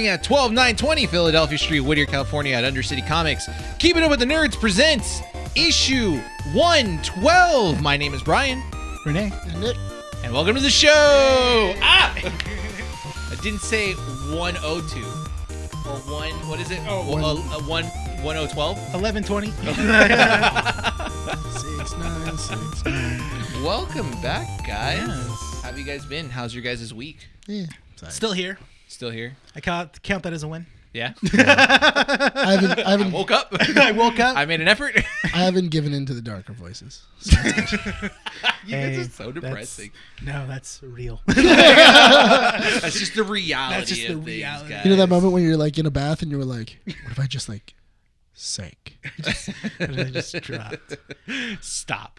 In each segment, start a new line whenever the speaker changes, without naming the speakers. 12920 Philadelphia Street, Whittier, California at Undercity Comics. Keeping Up with the Nerds presents issue 112. My name is Brian,
Renee.
Nick,
and welcome to the show. Ah! I didn't say 102 or 1, what is it?
Oh,
Well, uh, uh, 1 1012.
1120. six, nine, six, nine.
Welcome back, guys.
Yes.
How have you guys been? How's your guys' week?
yeah.
Still here.
Still here?
I count, count that as a win.
Yeah.
I haven't, I haven't,
Woke up.
I woke up.
I made an effort.
I haven't given in to the darker voices.
you guys
Hey,
are so
that's-
depressing.
No, that's real.
That's, just the reality
just
of
the
things,
reality.
guys.
You know that moment when you're like in a bath and you were like, "What if I just like sank?"
And I just dropped.
Stop.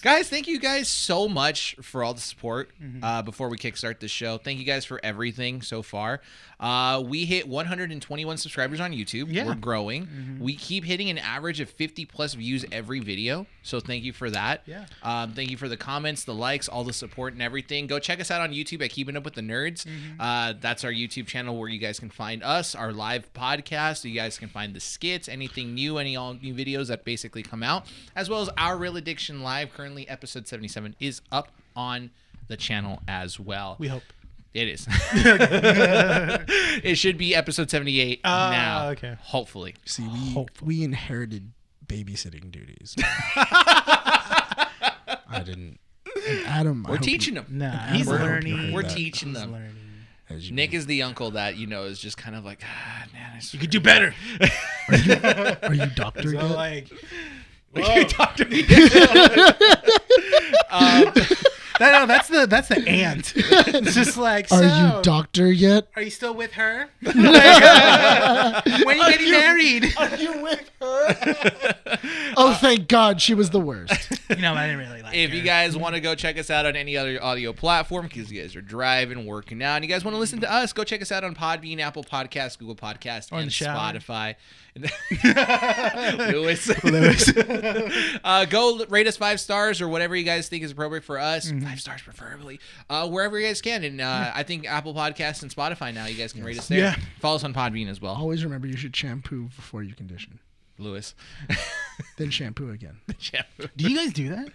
guys, thank you guys so much for all the support
Mm-hmm.
uh, before we kickstart the show. Thank you guys for everything so far. Uh, we hit 121 subscribers on YouTube.
Yeah. Mm-hmm.
We're growing. We keep hitting an average of 50 plus views every video. So thank you for that.
Yeah.
Um, thank you for the comments, the likes, all the support, and everything. Go check us out on YouTube at Keeping Up with the Nerds.
Mm-hmm.
Uh, that's our YouTube channel where you guys can find us, our live podcast. You guys can find the skits, anything new, any all new videos that basically come out, as well as our Real Addiction Live. Currently, episode 77 is up on the channel as well.
We hope.
It is. it should be episode 78
Ah,
now.
okay.
Hopefully.
See, we
Hopeful.
we inherited babysitting duties. I didn't. and Adam,
We're teaching them.
Nah, he's
We're-
learning.
We're
that.
teaching
He's
them.
learning.
Nick is the uncle that, you know, is just kind of like, ah, man, I
You
swear
could do better.
Are you doctor
So
yet?
like,
You talk to me.
that, Um, no, that's the that's the ant. It's just like,
Are
so,
you doctor yet?
are you still with her? Like, uh, when are you getting married?
Are you with her?
Uh,
oh, thank God, she was the worst.
You know, I didn't really like
If
her.
you guys want to go check us out on any other audio platform, because you guys are driving, working out, and you guys want to listen to us, go check us out on Podbean, Apple Podcasts, Google Podcasts,
in
and
the shower.
Spotify. Lewis. uh, go l- rate us five stars or whatever you guys think is appropriate for us.
Mm-hmm.
Five stars, preferably. Uh, wherever you guys can. And uh, I think Apple Podcasts and Spotify now, you guys can rate us there.
Yeah.
Follow us on Podbean as well.
Always remember, you should shampoo before you condition,
Lewis.
then shampoo again.
do you guys do that?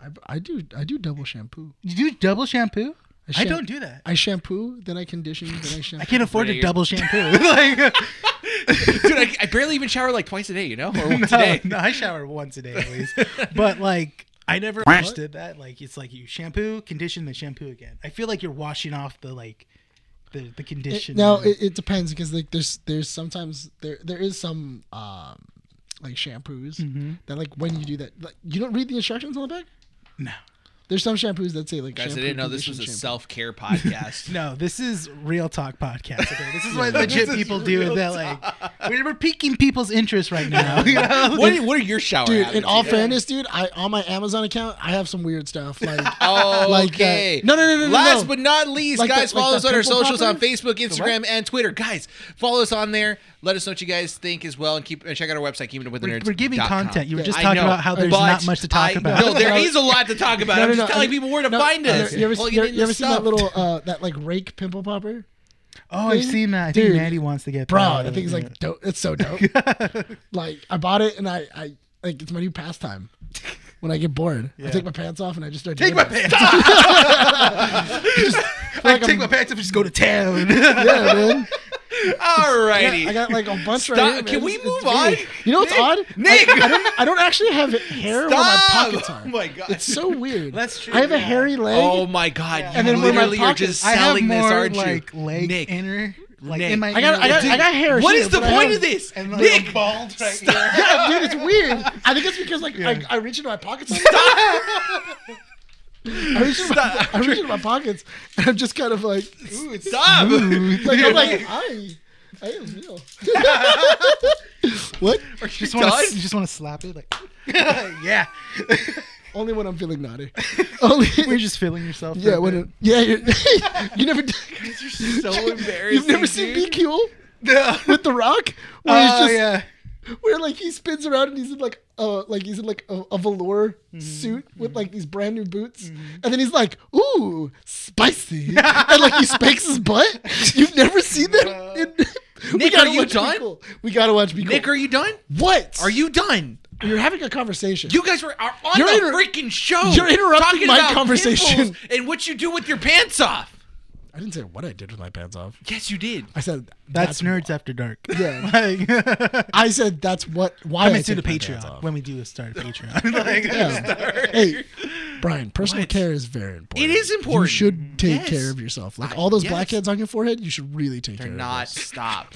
I, I do I do double shampoo.
You do double shampoo? I,
sham-
don't do that.
I shampoo, then I condition, then I shampoo.
I can't afford
Renee,
to
you're-
double shampoo. like,
Dude, I, I barely even shower like twice a day, you know? Or once a
no,
day.
no, I shower once a day at least. But like, I never understood that. Like, it's like you shampoo, condition, then shampoo again. I feel like you're washing off the like, the the condition.
Now it, it depends because like there's there's sometimes there there is some um like shampoos that like when you do that like you don't read the instructions on the back.
no,
There's some shampoos that say like
Guys,
shampoo,
I didn't know this was
condition,
a
shampoo.
self care podcast.
no, this is real talk podcast. Okay, this is what legit people do. That like, we're we're piquing people's interest right now. You know?
what, what are your shower
Dude,
habits?
in all fairness, dude, I on my Amazon account I have some weird stuff like
Oh,
like that.
okay.
No, no, no, no, no,
Last
no.
but not least,
Like
guys,
the- like
follow
the
us on our
pimple
socials on
popper?
Facebook, Instagram, and Twitter. Guys, follow us on there. Let us know what you guys think as well, and keep and check out our website, keeping it with the
We're,
nerds.
we're giving
dot com.
content. You were just
I
talking
know,
about how there's
but
not much to talk
I-
about.
No, there is a lot to talk about.
No, no,
I'm just
no,
telling
I-
people where to
no,
find
no,
us.
You ever,
Plug
you
it
ever,
in
you ever seen that
yourself.
little uh that like rake pimple popper?
Oh, I've
thing?
seen that. I think
Dude.
Maddie wants to get
Bro,
that.
that thing's like
Mm-hmm.
dope. It's so dope. like I bought it and I I like it's my new pastime. When I get bored, I take my pants off and I just start
Take
doing
my
this.
pants off. I
like
take
I'm-
my pants off and just go to town.
Yeah, man.
Alrighty.
I got like a bunch
Stop.
right here. man.
Can we
It's-
move
it's weird.
on?
You know what's odd? I-
Nick!
I, don't, I don't actually have hair where my
Stop!
pockets are.
Oh my God.
It's so weird.
That's true,
I have a
yeah.
hairy leg.
Oh my god!
And
you
then where my
literally are
pockets-
just
I have
selling this,
more
aren't you?
like leg
Nick,
inner, like
Nick.
in my.
I got, I got, I got hair.
what
here,
is the
but I
point
have-
of this?
and like
Nick,
a bald right here.
Yeah, dude, it's weird. I think it's because like I, I reach into my pockets. I reach, into my, I reach into my pockets, and I'm just kind of like, ooh, it's
stop!
like I'm like, I, I am real. what?
Just want
done?
to, just want to slap it, like. yeah,
Only when I'm feeling naughty. Only.
we're just feeling yourself.
yeah, when it, yeah, you're, you never.
so embarrassing.
You've never seen
dude.
BQ
no.
with The Rock, where
Oh
he's just
yeah,
where like he spins around and he's in like uh like he's in like a, a velour
Mm-hmm.
suit with like these brand new boots, and then he's like, "Ooh, spicy," and like he spanks his butt. You've never seen that. in- We
Nick,
gotta
are you
watch Be
done?
Cool. We gotta watch. Be
Nick,
cool.
are you done?
what?
Are you done?
You're having a conversation.
You guys were are on
You're
the
inter-
freaking show.
you're interrupting
talking
my
about
conversation.
pimples and what you do with your pants off.
I didn't say what I did with my pants off.
Yes, you did.
I said
That's, nerds after dark.
Yeah.
like,
I said that's what. Why
I'm
I
into the
take my pants
Patreon
off.
when we do a start Patreon. like,
Yeah. hey, Brian, personal care is very important.
It is important.
You should take
Yes.
care of yourself. Like
I-
all those
yes.
blackheads on your forehead, you should really take
They're
care
not
of those.
stop.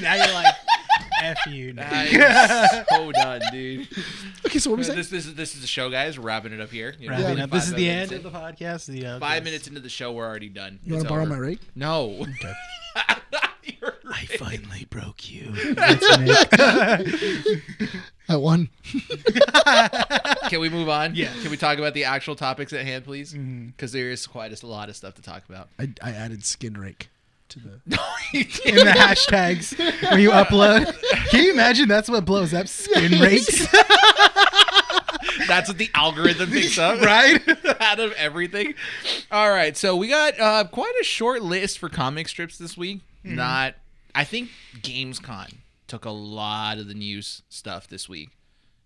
now you're like, f you.
I
Nick.
am so done, dude.
Okay, so what was that?
This, this, is- this is the show, guys. We're wrapping it up here. You know,
Wrapping
only
up. This
five
is the
minutes
end of
in.
the podcast. The, uh,
Five
this-
minutes into the show, we're already done.
You want to borrow my rake?
No. You're
I
right.
finally broke you. That's Nick.
I won.
Can we move on?
Yeah. Mm-hmm.
Can we talk about the actual topics at hand, please? Because is quite a lot of stuff to talk about.
I, I added skin rake to the.
No, you didn't.
In the hashtags where you upload. Can you imagine that's what blows up skin rakes?
That's what the algorithm picks up,
right?
Out of everything. All right, so we got uh, quite a short list for comic strips this week.
Mm-hmm.
Not, I think GamesCon took a lot of the news stuff this week.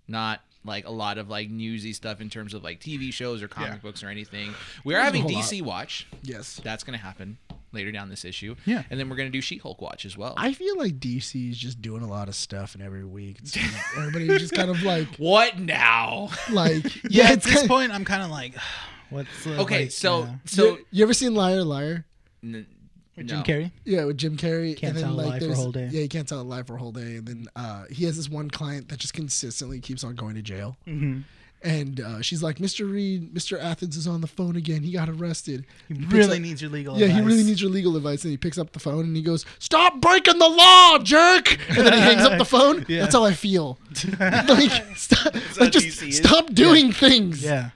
Not like a lot of like newsy stuff in terms of like TV shows or comic
Yeah.
books or anything. We are having
whole
DC Watch.
Yes.
That's going to happen later down this issue.
Yeah.
and then we're going to do She-Hulk Watch as well.
I feel like DC is just doing a lot of stuff, and every week it's everybody's just kind of like,
what now?
like,
Yeah,
yeah,
at
it's
this
kind of.
point, I'm kind of like, what's the,
Okay,
like,
so
yeah.
so
you, you ever seen Liar Liar?
n-
Jim
no.
Carrey?
Yeah, with Jim Carrey. and
Can't
then,
tell a
like,
lie for a
there's-
whole day.
Yeah, you can't tell a lie for a whole day. And then uh, he has this one client that just consistently keeps on going to jail.
Mm-hmm.
And uh, she's like, Mr. Reed, Mr. Athens is on the phone again. He got arrested.
He
picks
really
up-
needs your legal
Yeah, he
advice.
really needs your legal advice. And he picks up the phone and he goes, Stop breaking the law, jerk. And then he hangs up the phone.
Yeah.
That's how I feel. like, stop,
how
like just
DC is.
stop doing things.
Yeah.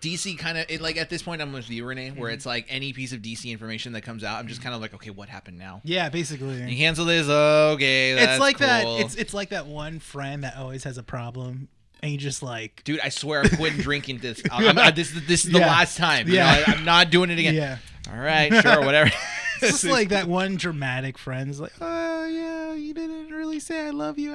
DC kind of like at this point I'm with you Renee
Mm-hmm.
where it's like any piece of DC information that comes out I'm just kind of like okay what happened now
Yeah, basically.
you cancel this okay that's
it's like that.
cool.
It's it's like that one friend that always has a problem, and you just like,
dude I swear I'm quitting drinking this uh, I'm, I- this this is the
Yeah.
last time yeah
Yeah.
I, am not doing it again
yeah.
all right sure whatever
It's just like that one dramatic friend's like, oh yeah, you didn't really say I love you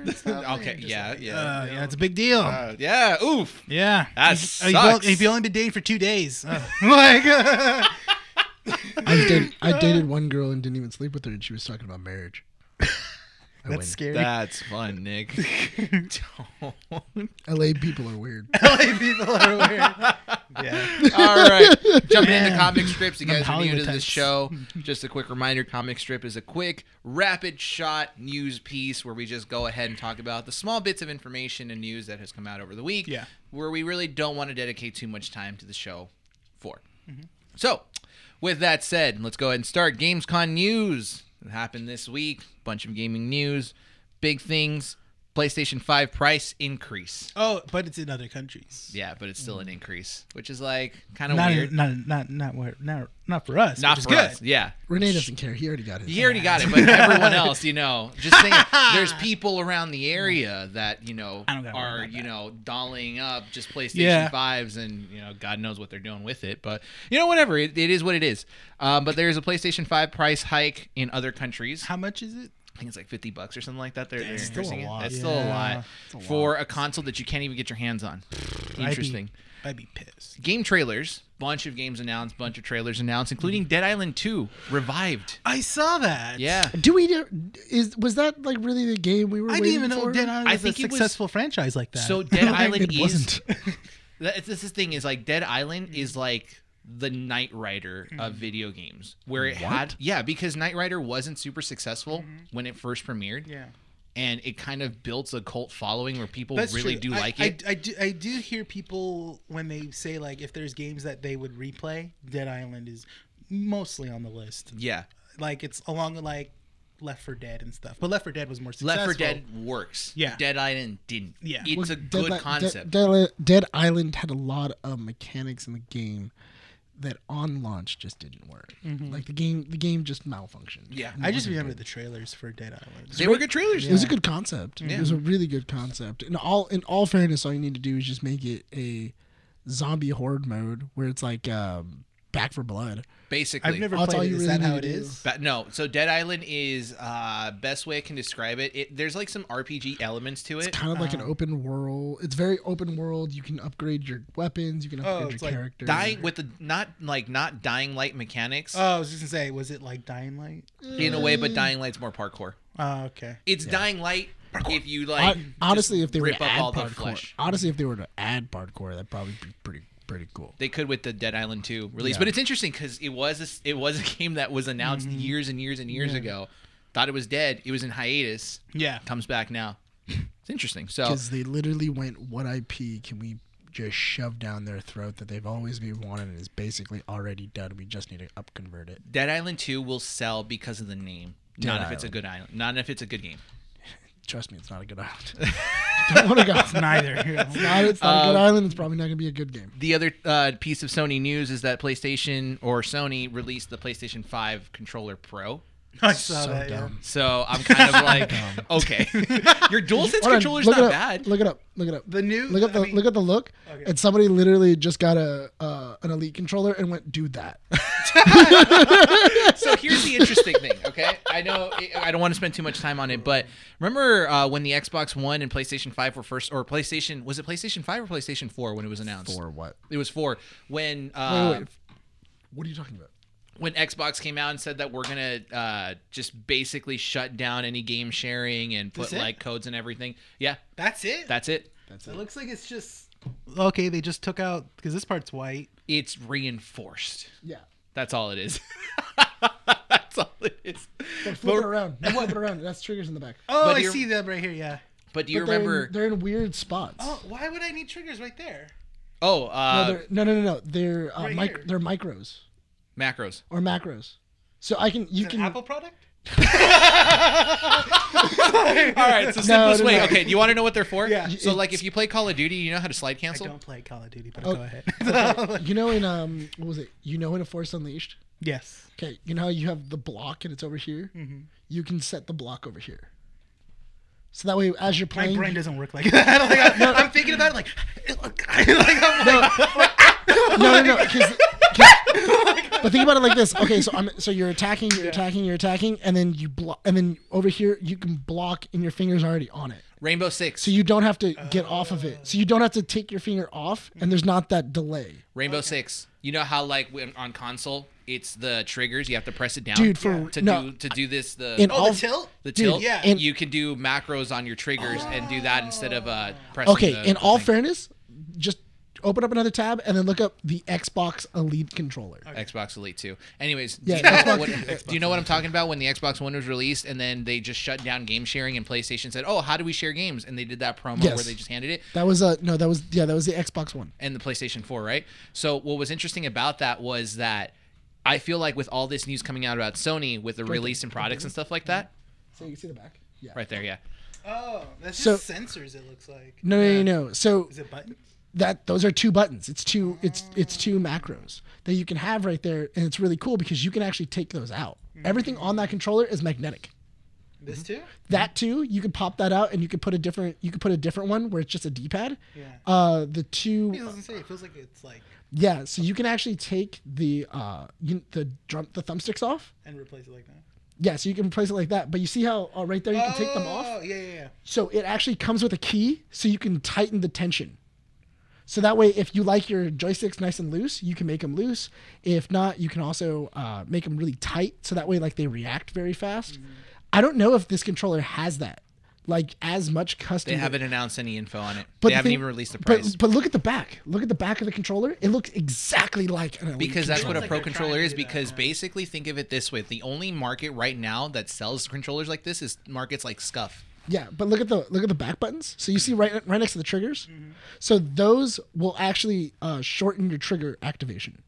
and stuff," and
Okay,
you're just
yeah,
like,
yeah,
"Uh,
yeah.
yeah, it's a big deal.
Uh, yeah oof
yeah,
that
If- if you only-
sucks.
If you only been dating for two days, uh, like,
I, dated, I dated one girl and didn't even sleep with her, and she was talking about marriage. I win.
that's scary.
that's fun Nick Don't.
LA people are weird.
LA people are weird. Yeah.
All right, jumping into
Man.
comic strips. You
Them
guys are new
Hollywood
to this
types.
show. Just a quick reminder: comic strip is a quick, rapid shot news piece where we just go ahead and talk about the small bits of information and news that has come out over the week.
Yeah.
where we really don't want to dedicate too much time to the show for.
Mm-hmm.
So, with that said, let's go ahead and start GamesCon news. It happened this week. Bunch of gaming news, big things. PlayStation Five price increase.
Oh, but it's in other countries.
Yeah, but it's still an increase, which is like kind of
Mm. Not,
weird.
in, not, not, not, where, not, not for us.
not
which
for
is good.
us. Yeah.
Renee doesn't care. He already got his.
He already got it, but everyone else, you know, just think there's people around the area that, you know,
I don't gotta worry
are,
about
you know, dolling up just PlayStation
Yeah.
5s and, you know, God knows what they're doing with it. But, you know, whatever. It, it is what it is. Um, but there's a PlayStation 5 price hike in other countries.
How much is it?
I think it's like 50 bucks or something like that. They're, they're
it's still
increasing
a
it.
lot.
That's still a
Yeah.
lot
a lot.
for a console that you can't even get your hands on. Interesting
I'd be, I'd be pissed.
game trailers bunch of games announced bunch of trailers announced including
Mm.
dead island 2 revived
I saw that.
yeah
Do we? Is was that like really the game we were?
I didn't
waiting
even know
for?
Dead Island
I
was
think
a
it was-
successful franchise like that.
so dead island
It
is
wasn't.
That- This is the thing is like Dead Island is like the Knight Rider
Mm.
of video games, where it had yeah, because Knight Rider wasn't super successful when it first premiered,
Mm-hmm. yeah,
and it kind of built a cult following where people really do
I,
like
I,
it.
I, do. I do hear people when they say like if there's games that they would replay, Dead Island is mostly on the list.
yeah,
Like it's along with like Left for Dead and stuff. But Left for Dead was more successful.
Left for Dead works.
Yeah.
Dead Island didn't.
Yeah.
it's
Was
a
Dead
good
Li- Dead-
concept.
Dead, Li- Dead Island had a lot of mechanics in the game that on launch just didn't work. Like the game, the game just malfunctioned.
Mm-hmm. Yeah.
I just remember the trailers for Dead Island.
They were good trailers.
It was a good concept. It was a really good concept. In all in all fairness, all you need to do is just make it a zombie horde mode where it's like um, Back for Blood.
Basically,
I've never
That's all
played. it.
you
Is
really
that
need
how
to
it
do.
is?
But no, so Dead Island is uh best way I can describe it. it there's like some RPG elements to it.
It's kind of like an open world. It's very open world. You can upgrade your weapons. You can upgrade your
it's like
character.
Oh, Dying with the not like not dying light mechanics
Uh,
Oh, I was just gonna say, was it like Dying Light?
in a way,
mm.
but dying light's more parkour.
Oh, okay.
It's dying light if you
Hon-
like
honestly,
just
if they were
rip
to
up
add
all the
parkour,
flesh.
honestly, if they were to add parkour, that'd probably be pretty pretty cool.
They could with the Dead Island 2 release, but it's interesting because it was a, s- it was a game that was announced
Mm-hmm.
years and years and years ago. Thought it was dead. It was in hiatus.
Yeah.
Comes back now. It's interesting. So
Because they literally went, "What IP can we just shove down their throat that they've always been wanted and is basically already done? We just need to upconvert it."
Dead Island 2 will sell because of the name. not if it's a
Island.
good island. Not if it's a good game.
Trust me, it's not a good island. Don't want to go. It's not,
Neither.
it's not
Um,
a good island. It's probably not going to be a good game.
The other uh, piece of Sony news is that PlayStation or Sony released the PlayStation 5 controller Pro.
I saw
So
that. yeah.
dumb.
So I'm kind of like, okay, your DualSense
Hold on,
controller's
look
not
it up,
bad.
Look it up. Look it up.
The new.
Look at the
I mean,
look at the look, and somebody literally just got a uh, an elite controller and went, "Do that."
so here's the interesting thing okay i know i don't want to spend too much time on it but remember uh, when the xbox one and playstation 5 were first or playstation was it playstation 5 or playstation 4 when it was announced
or what?
it was 4 when
Wait,
uh,
wait, What are you talking about?
when xbox came out and said that we're gonna uh, just basically shut down any game sharing and put
That's it?
like codes and everything yeah
That's it.
that's it
That's
it looks like it's just. Okay, they just took out because this part's white.
it's reinforced
Yeah.
that's all it is that's all it is
But flip it around. No, flip it around. That's triggers in the back.
Oh,
But
I
you're-
see them right here. Yeah.
but do you
But they're in-
remember
they're in, weird spots.
Oh, why would I need triggers right there?
oh uh,
no, they're, no, no, no, no. They're uh,
Right
mic-
here.
they're micros
macros
or macros. So I can you
An
can
Apple product?
All right, so
No,
simplest
no,
way.
no.
Okay, you want to know what they're for?
Yeah.
So like, if you play Call of Duty, you know how to slide
I
cancel.
don't play Call of Duty, but
Oh.
go ahead.
you know in um what was it? You know in a Force Unleashed.
yes.
Okay, you know how you have the block and it's over here.
Mm-hmm.
You can set the block over here. So that way, as you're
My
playing,
brain doesn't work like that. Like, I- I'm thinking about it like, like, I'm like-
no, no, no. 'cause- 'cause- but think about it like this. Okay, so I'm so you're attacking, you're attacking, you're attacking, and then you block, and then over here you can block, and your finger's already on it,
Rainbow Six.
so you don't have to get off of it. So you don't have to take your finger off, and there's not that delay.
Rainbow Six. You know how like when, on console, it's the triggers. You have to press it down.
Dude, for-
to
no,
do to do this the
In
oh,
all-
the tilt?
the
dude,
tilt.
yeah.
in-
you can do macros on your triggers and do that instead of uh pressing.
Okay,
the
in all
thing.
fairness, just open up another tab and then look up the Xbox Elite controller.
Xbox Elite 2. Anyways, do,
Yeah,
you know
Xbox-
what, do you know what I'm talking about when the Xbox One was released and then they just shut down game sharing and PlayStation said, "Oh, how do we share games?" and they did that promo where
Yes.
they just handed it.
That was uh no, that was yeah, that was the Xbox One.
and the PlayStation 4, right? So what was interesting about that was that I feel like with all this news coming out about Sony with the release and products and stuff like that,
So you can see the back. Yeah.
right there, yeah.
Oh, that's just
So-
sensors, it looks like.
No, Mm-hmm. no, no, no. So
Is it buttons?
that those are two buttons. It's two it's it's two macros that you can have right there and it's really cool because you can actually take those out. Everything on that controller is magnetic.
This too?
That too, you can pop that out and you can put a different you can put a different one where it's just a D-pad.
Yeah.
Uh the
It
two
doesn't say. It feels like it's like,
Yeah, so you can actually take the uh you, the drum the thumbsticks off.
and replace it like that.
Yeah, so you can replace it like that, but you see how uh, right there you can take them off?
Oh, yeah, yeah, yeah.
So it actually comes with a key, so you can tighten the tension. So that way, if you like your joysticks nice and loose, you can make them loose. If not, you can also uh, make them really tight, so that way, like they react very fast.
Mm-hmm.
I don't know if this controller has that, like as much custom.
They haven't announced any info on it.
but
they
the
haven't
thing-
even released the
but-
price.
But, look at the back. Look at the back of the controller. It looks exactly like an Elite
because that's what
controller.
a
Sounds like
pro
they're trying
controller
to
is
do that,
because
yeah.
basically think of it this way the only market right now that sells controllers like this is markets like scuff
Yeah, but look at the look at the back buttons. So you see right right next to the triggers. So those will actually uh, shorten your trigger activation.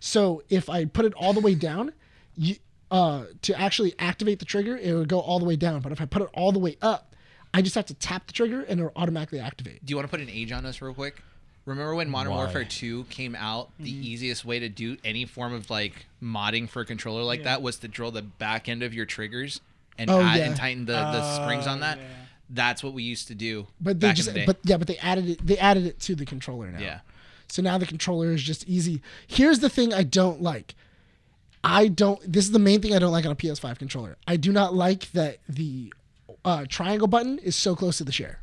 So if I put it all the way down, you, uh, to actually activate the trigger, it would go all the way down. But if I put it all the way up, I just have to tap the trigger and it'll automatically activate.
do you want to put an age on us real quick Remember when Modern
Why?
Warfare 2 came out? The
Mm-hmm.
easiest way to do any form of like modding for a controller like that was to drill the back end of your triggers and
Oh,
add
yeah.
and tighten the, the springs
Oh,
on that.
yeah.
That's what we used to do
But they
back
just,
in the day.
but yeah, but they added it. They added it to the controller now.
yeah.
So now the controller is just easy. Here's the thing I don't like. I don't. This is the main thing I don't like on a PS5 controller. I do not like that the uh, triangle button is so close to the share.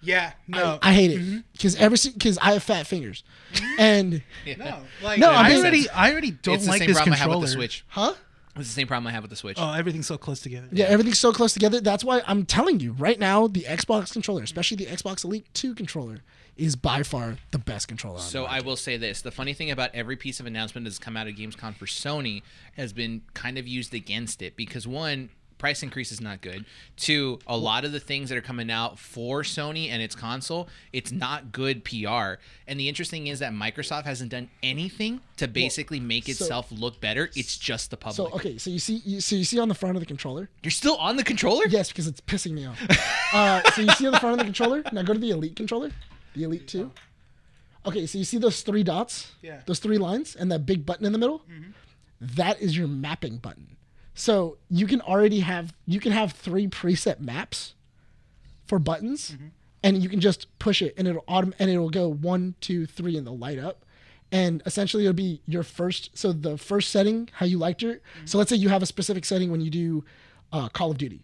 Yeah,
Oh.
no,
I hate
Mm-hmm.
it because ever because I have fat fingers, and
no, like
No,
I
I'm-
already, I already don't
It's the
like
same
this
problem I
controller.
have with the Switch.
huh?
It's the same problem I have with the Switch.
Oh, everything's so close together.
Yeah, everything's so close together. That's why I'm telling you right now, the Xbox controller, especially the Xbox Elite 2 controller, is by far the best controller. on
So
the
I will say this: the funny thing about every piece of announcement that's come out of GamesCon for Sony has been kind of used against it because one, price increase is not good. Two, a lot of the things that are coming out for Sony and its console, it's not good PR. And the interesting is that Microsoft hasn't done anything to basically make itself look better. It's just the public.
so okay, so you see, you, so you see on the front of the controller.
You're still on the controller.
Yes, because it's pissing me off. uh, so you see on the front of the controller. Now go to the Elite controller, the Elite 2. Okay, so you see those three dots,
Yeah.
those three lines, and that big button in the middle. That is your mapping button. So you can already have you can have three preset maps for buttons, and you can just push it, and it'll autom- and it'll go one, two, three, and they'll light up. And essentially, it'll be your first. So the first setting, how you liked it. So let's say you have a specific setting when you do uh, Call of Duty.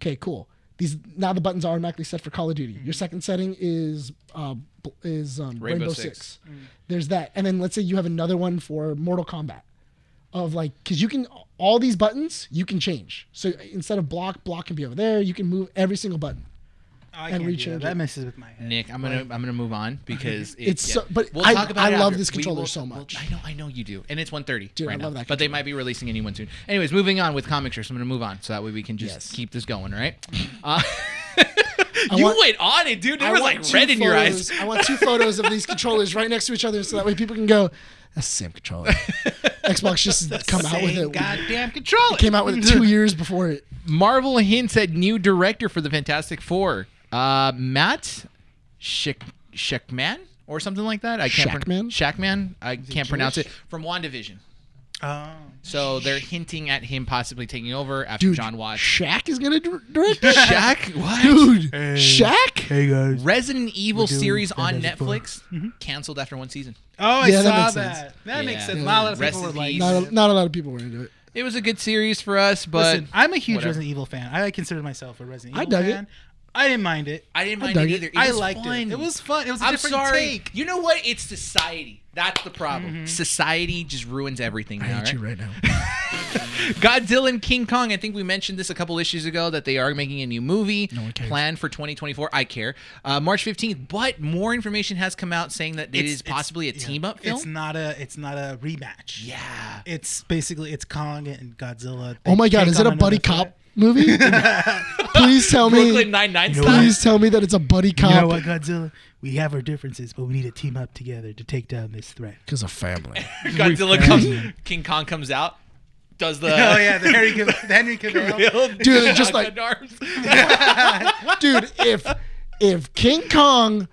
Okay, cool. These now the buttons are automatically set for Call of Duty. Your second setting is uh, bl- is um, Rainbow,
Rainbow
Six.
Six.
There's that, and then let's say you have another one for Mortal Kombat of like because you can all these buttons you can change. So instead of block, block can be over there. You can move every single button.
I
And
can't
we
do
change
that.
it.
that messes with my head.
Nick, I'm gonna I'm gonna move on because it-
It's so- but I- I love this
We
controller
will-
so
we'll-
much.
I know I know you do, and it's 1:30.
Dude, I
right
love
now,
that
But they
controller.
might be releasing a new one soon. Anyways, moving on with comic strips. I'm gonna move on so that way we can just
Yes.
keep this going. All right. Uh, you
want-
went on it, dude. There was like
two
red in your eyes.
photos- I want two photos of these controllers right next to each other, so that way people can go. That's the same controller. Xbox just come out with
Same
it.
goddamn
Control
Came out with it two years before it.
Marvel hints at new director for the Fantastic Four. Uh, Matt Schick, Schickman or something like that. I can't
Shackman?
Shackman. I can't pronounce it from WandaVision.
Oh,
So they're hinting at him possibly taking over after
Dude,
John Watts.
Shaq is gonna dir- direct. it?
Shaq, what?
Dude, Shaq.
hey guys.
Resident Evil
doing
series on
Fantastic Four.
Netflix canceled after one season.
Oh, I
Yeah, that
saw
makes
that.
sense.
That,
Yeah.
makes sense. Not a lot of
Rest
people
in
were like.
peace.
Not a, not a lot of people were into it.
It was a good series for us, but
Listen, I'm a huge
whatever.
Resident Evil fan. I consider myself a Resident
I
Evil
dug it.
fan. I didn't mind it.
I didn't mind
dug
it
it.
either. It
I
was
liked
fun.
it. It was fun. It was a
I'm
different
sorry.
take. Mm-hmm.
You know what? It's society. That's the problem. Society just ruins everything.
I
now,
hate
right?
you right now.
Godzilla and King Kong. I think we mentioned this a couple issues ago that they are making a new movie
one cares.
planned for 2024. I care. Uh, March 15th. But more information has come out saying that it
It's-
is possibly a
yeah.
team up film.
It's not a. It's not a rematch.
yeah.
It's basically it's Kong and Godzilla.
Oh my god,
Take
is it
on
a buddy
another
cop movie? please tell
Brooklyn
me.
Nine Nine
You know
style.
Please tell me that it's a buddy
threat.
cop.
You know what, Godzilla? We have our differences, but we need to team up together to take down this threat.
Because of family.
Godzilla comes. King Kong comes out. Does the
oh yeah, the Harry, Cav- the Henry Cavill.
Dude, it's just like-
Outgunned arms.
Dude, if if King Kong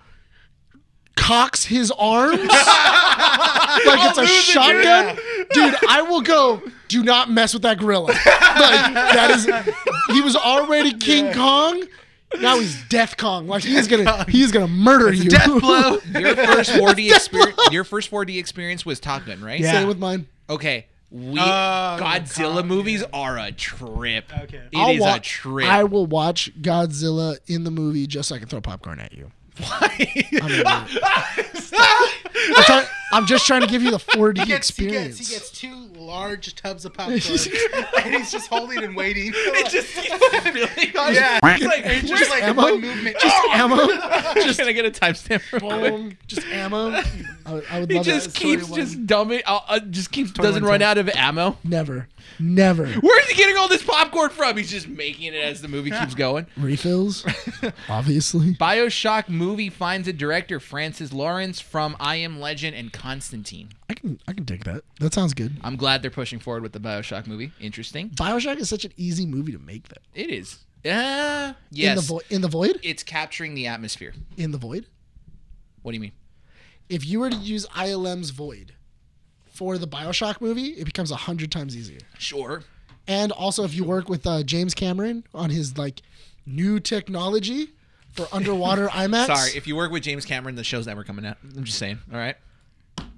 cocks his arms like it's a shotgun, dude, I will go, do not mess with that gorilla. Like that is he was already King Kong. Now he's Death Kong. Like he's gonna he's gonna murder you.
Death blow.
your first 4D experience. Your first 4D experience was Top Gun, right?
Yeah.
Same with mine.
Okay. We
Oh,
Godzilla
Kong,
movies are a trip.
Okay.
It is
I'll wa-
a trip.
I will watch Godzilla in the movie just so I can throw popcorn at you. I'm, gonna do it. I'm, try- I'm just trying to give you the 4D
He
experience.
gets, he gets two large tubs of popcorn, and he's just holding and waiting. yeah,
He's
like, it's just like
ammo?
one movement.
Just
Oh!
ammo.
just gonna get a timestamp. real quick?
Boom. Just ammo. I, would- I would
He
love
just
that.
keeps just dumbing. Uh, uh, just keeps doesn't
21
run
times.
out of ammo.
Never. Never.
Where is he getting all this popcorn from? He's just making it as the movie keeps going.
Refills? Obviously.
Bioshock movie finds a director Francis Lawrence from I Am Legend and Constantine.
I can I can dig that. That sounds good.
I'm glad they're pushing forward with the Bioshock movie. Interesting.
Bioshock is such an easy movie to make though.
It is. Uh,
In the
yes.
vo- in the void?
it's capturing the atmosphere.
In the void?
What do you mean?
If you were to use ILM's void for the Bioshock movie, it becomes a hundred times easier.
Sure.
And also, if you work with uh, James Cameron on his like new technology for underwater IMAX,
Sorry, if you work with James Cameron, the show's never coming out. I'm just saying. All right.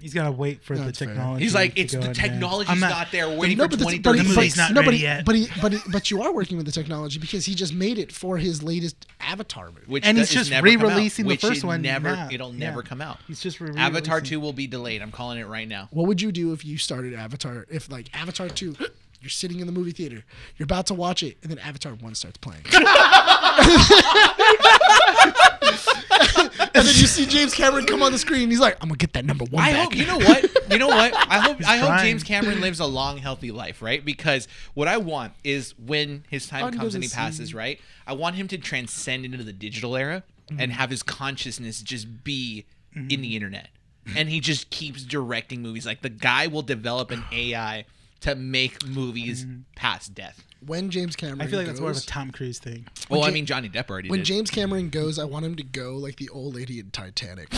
He's gotta wait for the
That's fair.
technology.
He's like,
to
it's
go
the
in there.
technology's
I'm
not, there. We're waiting
no,
for
but, the,
20,
but,
30
he,
The
minutes.
but,
movie's not
no, but,
ready
he-
yet.
but, he, but, he, but you are working with the technology because he just made it for his latest Avatar movie.
Which
And
do-
he's
is
just
never come out,
re-releasing the
which
first
it
one
Never,
now.
it'll
Yeah.
never come out.
He's just re-releasing.
Avatar two will be delayed. I'm calling it right now.
What would you do if you started Avatar? If like Avatar two, you're sitting in the movie theater, you're about to watch it, and then Avatar one starts playing. and then you see James Cameron come on the screen, and he's like, "I'm gonna get that number one."
I
back."
hope you know what you know what I hope I hope
trying.
James Cameron lives a long healthy life right because what I want is when his time
Under
comes
the
and he passes
sea.
right I want him to transcend into the digital era and have his consciousness just be in the internet and he just keeps directing movies like the guy will develop an AI to make movies past death
when James Cameron.
I feel like that's more of a
goes-
Tom Cruise thing.
well I
Ja-
mean Johnny Depp already
when
did
James Cameron goes, I want him to go like the old lady in Titanic,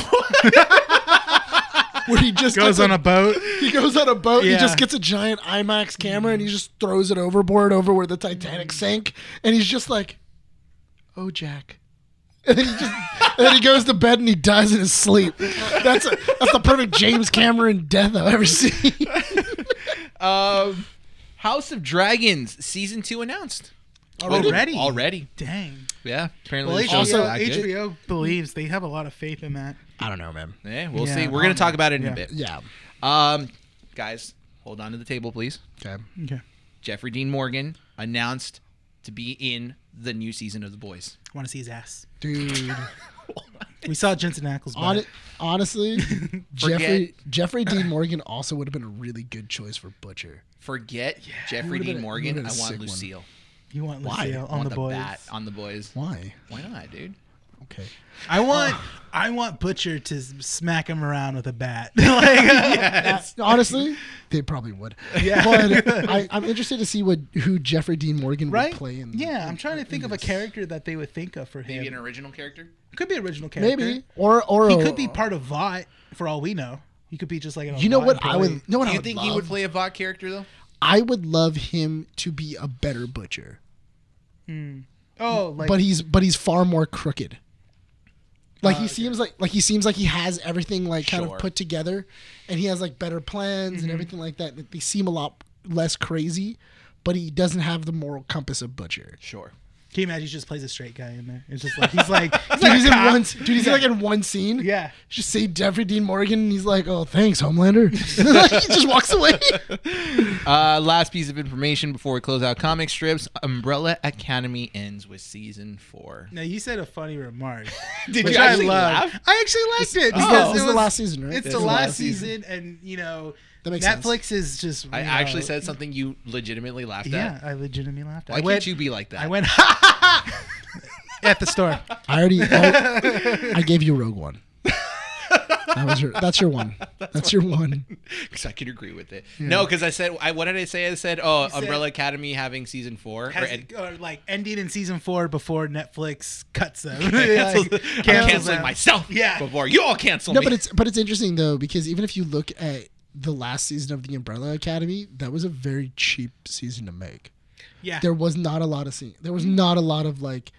where he just
Goes
gets
on a boat.
he goes on a boat. He
Yeah.
just gets a giant IMAX camera and he just throws it overboard over where the Titanic sank. And he's just like, "Oh, Jack." And then, he just, and then he goes to bed and he dies in his sleep. That's a, that's the perfect James Cameron death I've ever seen.
um, House of Dragons season two announced
Already?
already
Dang.
yeah apparently
Well,
the show's
HBO,
that good.
HBO believes they have a lot of faith in that.
I don't know, man.
Yeah, we'll
Yeah,
see.
I
We're gonna
don't
talk
know.
about it in a
Yeah.
bit.
Yeah.
Um, guys, hold on to the table, please.
Okay.
Okay.
Jeffrey Dean Morgan announced to be in the new season of The Boys.
Want to see his ass?
Dude.
We saw Jensen Ackles.
Hon- honestly, Jeffrey Jeffrey Dean Morgan also would have been a really good choice for Butcher.
Forget Jeffrey
Would've
Dean
been a-
Morgan. I
would've been a
want
sick one.
Lucille.
You want
Why?
Lucille
I
uh, on
want
the
the,
boys?
bat on the boys.
Why?
Why not, dude?
Okay.
I want I want Butcher to s- smack him around with a bat. like,
Yes.
Uh, Honestly, they probably would.
Yeah.
But I, I'm interested to see what who Jeffrey Dean Morgan
right?
would play in.
yeah, I'm trying to
in
think of a
this.
character that they would think of for him.
Maybe an original character.
could be original character.
Maybe or or
he
a- uh,
could be part of Vought for all we know. He could be just like an
You know
Vought
what I
employee.
would? Know what
Do
I
you
would
think
love?
he would play a Vought character though?
I would love him to be a better butcher,
Oh, like
but he's but he's far more crooked. Like he
Uh, okay.
seems like like he seems like he has everything like kind
Sure.
of put together, and he has like better plans
Mm-hmm.
and everything like that. They seem a lot less crazy, but he doesn't have the moral compass of butcher.
Sure.
can you imagine? He just plays a straight guy in there. It's just like he's like he's
Dude,
like
he's
a
in
cop.
one. Dude, he's
yeah.
like in one scene.
yeah.
Just see Jeffrey Dean Morgan, and he's like, "Oh, thanks, Homelander." like, he just walks away.
Uh, last piece of information before we close out comic strips: Umbrella Academy ends with season four.
Now you said a funny remark.
Did
which
you
I
actually
love.
laugh?
I actually liked it.
is the-
because
this
it
is the
was-
last season, right?
It's
This
the
is the
last
last
season, and you know
That makes sense.
Netflix is just.
I
you know,
actually said something you legitimately laughed
Yeah,
at.
I legitimately laughed.
Why
I
can't
went.
you be like that?
I went at the store.
I already, I, I gave you Rogue One. That was your. That's your one. That's, your one.
Because I could agree with it. No, because I said, I what did I say? I said, oh,
said-
Umbrella Academy having season four. Or,
Has,
and,
or like ending in season four before Netflix cuts them.
cancels,
Like,
I'm
cancels
canceling
them.
myself
Yeah.
before you all cancel
No,
me.
but it's but it's interesting though because even if you look at the last season of the Umbrella Academy, that was a very cheap season to make.
Yeah,
There was not a lot of scene. There was
Mm-hmm.
not a lot of like,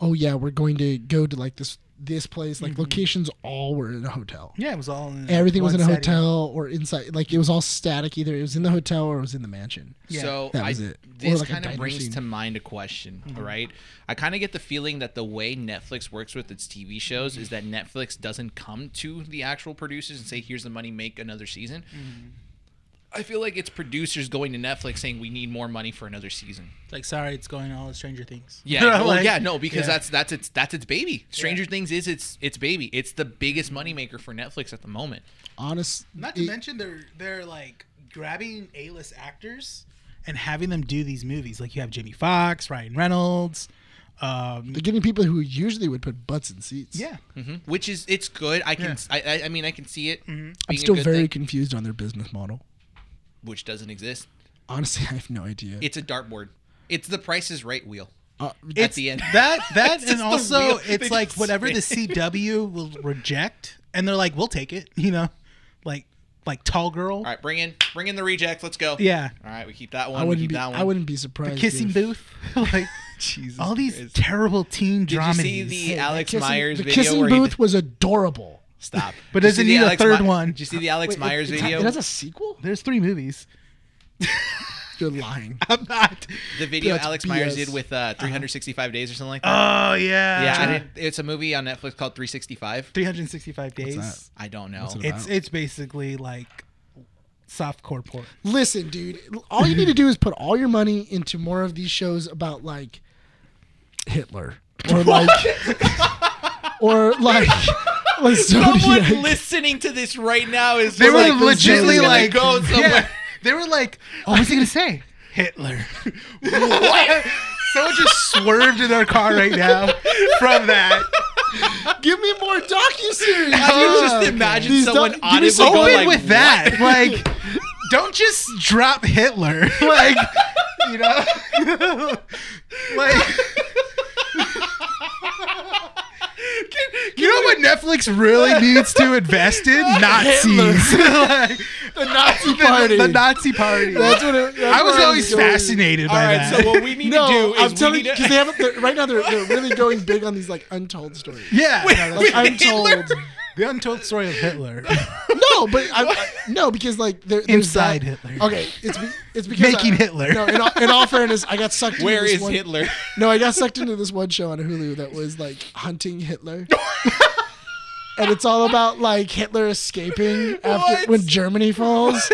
oh yeah, we're going to go to like this this place.
Mm-hmm.
Like locations all were in a hotel.
yeah, it was all. In
Everything was
one
in a
setting.
hotel or inside. Like it was all static. Either it was in the hotel or it was in the mansion.
yeah,
so
that
I,
was it. Or
this
like a
kind of
diner
brings
scene. Mm-hmm.
to mind a question, all right? I kind of get the feeling that the way Netflix works with its TV shows is that Netflix doesn't come to the actual producers and say, here's the money, make another season.
Mm-hmm.
I feel like it's producers going to Netflix saying, we need more money for another season.
It's like sorry, it's going all Stranger Things.
Yeah, well,
Like,
yeah, no, because
yeah.
that's that's its that's its baby. Stranger Things is its its baby. It's the biggest moneymaker for Netflix at the moment.
Honest.
Not to
it-
mention they're they're like grabbing A list actors and having them do these movies. Like you have Jamie Foxx, Ryan Reynolds. Um,
They're getting people who usually would put butts in seats.
yeah,
Which is it's good. I can
Yeah.
I, I I mean I can see it. being
Mm-hmm. I'm
a
still
good
very
thing,
confused on their business model.
which doesn't exist.
Honestly, I have no idea.
It's a dartboard. It's the Price is Right wheel. uh, at
it's
the end.
that that
just
and
the
also
real- they
it's like
just
whatever the
spin.
CW will reject, and they're like, we'll take it, you know, like like Tall Girl,
All right, bring in bring in the rejects. Let's go.
yeah,
All right, we keep that one.
I
we
wouldn't
keep
be.
that one.
I wouldn't be surprised.
Kissing
if-
Booth, like
Jesus.
all these
Christ.
terrible teen
Did you
dramedies.
see the
Hey,
Alex
kissing-
Myers
the
video
Kissing
where he
Booth
did-
was adorable.
Stop.
But
Did you
does it
see the
need a
Alex
third
Mi-
one?
Did you see the Alex
Wait, it-
Myers
it,
video?
It has a sequel.
There's three movies.
You're lying.
I'm not.
the video
That's
Alex Myers
BS.
did with uh, 365 days or something like that.
Oh yeah.
yeah, I didn't, it's a movie on Netflix called 365.
365 days.
that?
I don't know.
What's it
It's it's basically like softcore porn.
Listen, dude. All you need to do is put all your money into more of these shows about like Hitler or like or like. like
Someone
Zodiac.
listening to this right now is
They were
like,
this is
legitly
gonna
like,
go
yeah,
somewhere.
they were like, oh, what's he gonna say? Hitler. what? Someone just swerved in their car right now from that.
Give me more docu
Can
series.
you just imagine
These
someone
doc- give me
audibly
some-
go
Open
like,
with that, like, don't just drop Hitler, like, you know, like. you know what Netflix really needs to invest in? Nazis. Like,
the Nazi
the,
party.
the Nazi party.
That's what it, that's
I was
where
always
going.
fascinated
All
by
right,
that.
so what we need
No,
to do is
I'm
we
telling
need
you
to-
because they haven't they're- right now. They're, they're really going big on these like untold stories.
yeah,
Wait,
no, that's-
wait.
Like, I'm told.
Hitler?
the untold story of Hitler.
No, but I, I- no because like there, there's
Inside
that-
Hitler.
Okay, it's be- it's because
Making
I-
Hitler.
No, in all, in all fairness, I got sucked.
where
into this
is
one,
Hitler?
No, I got sucked into this one show on Hulu that was like hunting Hitler. And it's all about like Hitler escaping after
What?
when Germany falls.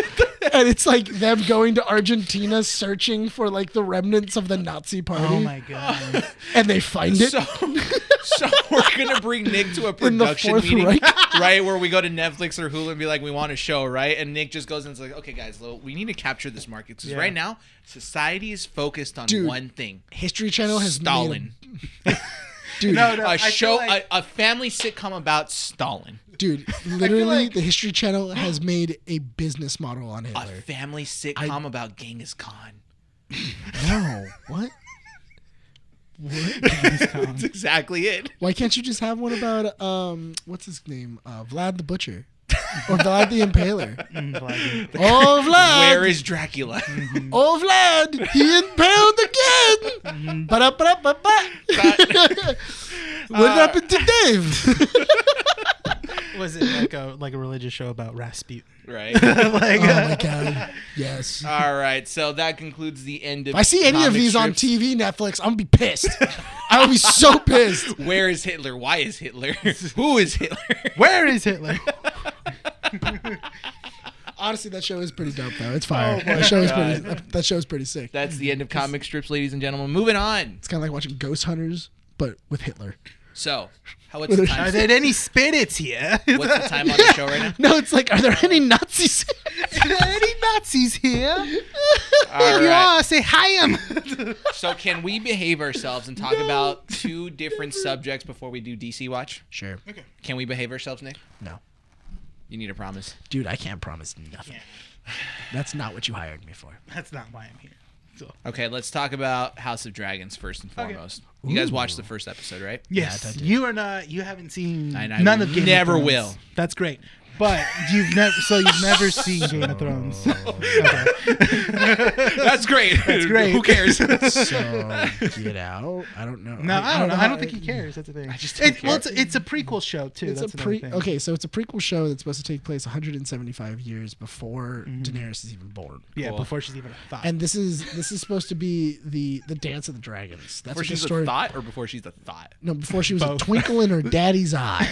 and it's like them going to Argentina searching for like the remnants of the Nazi party.
Oh my god.
And they find it.
So, so we're gonna bring Nick to a
In the
production
Fourth
meeting,
Reich.
right? Where we go to Netflix or Hulu and be like, we want a show, right? And Nick just goes and is like, okay, guys, well, we need to capture this market because
Yeah.
right now society is focused on
Dude.
one thing:
History Channel has made
Stalin.
a- dude,
No, no, I
a
feel
show,
like-
a, a family sitcom about Stalin.
dude, literally
like-
the History Channel has made a business model on
A
Hitler.
family sitcom about Genghis Khan.
No. What?
That's exactly it.
Why can't you just have one about um what's his name? Uh, Vlad the Butcher. or Vlad the Impaler.
Mm, Vladimir.
Oh Vlad
Where is Dracula?
Oh, Vlad, he impaled
Mm-hmm.
again. Ba-da-ba-da-ba-ba. what
Uh,
happened to Dave?
Was it like a like a religious show about Rasputin?
right.
like,
oh my
uh,
god. Yes.
All right. So that concludes the end of.
If I see any of
comic
these on
strips.
TV, Netflix, I'm gonna be pissed. I will be so pissed.
Where is Hitler? Why is Hitler? Who is Hitler?
where is Hitler?
Honestly, that show is pretty dope though. It's fire.
Oh my
that show is
God.
pretty. That, that show is pretty sick.
That's the end of comic strips, ladies and gentlemen. Moving on.
it's kind of like watching Ghost Hunters, but with Hitler.
So, how what's the
Are
time?
there any spirits here?
What's the time on the show right now?
No, it's like, are there any Nazis?
Are there any Nazis here?
All
if you
right.
are, say hi. um.
So, can we behave ourselves and talk about two different subjects before we do DC Watch?
sure.
Can we behave ourselves, Nick?
No,
You need a promise.
dude, I can't promise nothing. That's not what you hired me for.
That's not why I'm here. So,
Okay, let's talk about House of Dragons first and
Okay.
foremost. You guys watched the first episode, right?
Yeah,
yes,
that did.
you are not. You haven't seen
And I
none of Game
never
of Thrones.
will.
That's great, but you've never. So you've never seen Game of Thrones. Okay.
That's great. That's
great.
Who cares?
so get out. I don't know.
No, I, don't know. I don't
how-
think he cares. That's the thing. I
just don't
it, Well, it's,
care.
a- it's a prequel show too.
It's a
That's
pre.
another thing.
Okay, so it's a prequel show that's supposed to take place 175 years before Daenerys is even born.
Mm-hmm. Yeah,
Cool.
before she's even a thought.
And this is this is supposed to be the the dance of the dragons.
before
That's what the
she's
story.
a thought or before she's a thought?
No, before she was
Both.
a twinkle in her daddy's eye.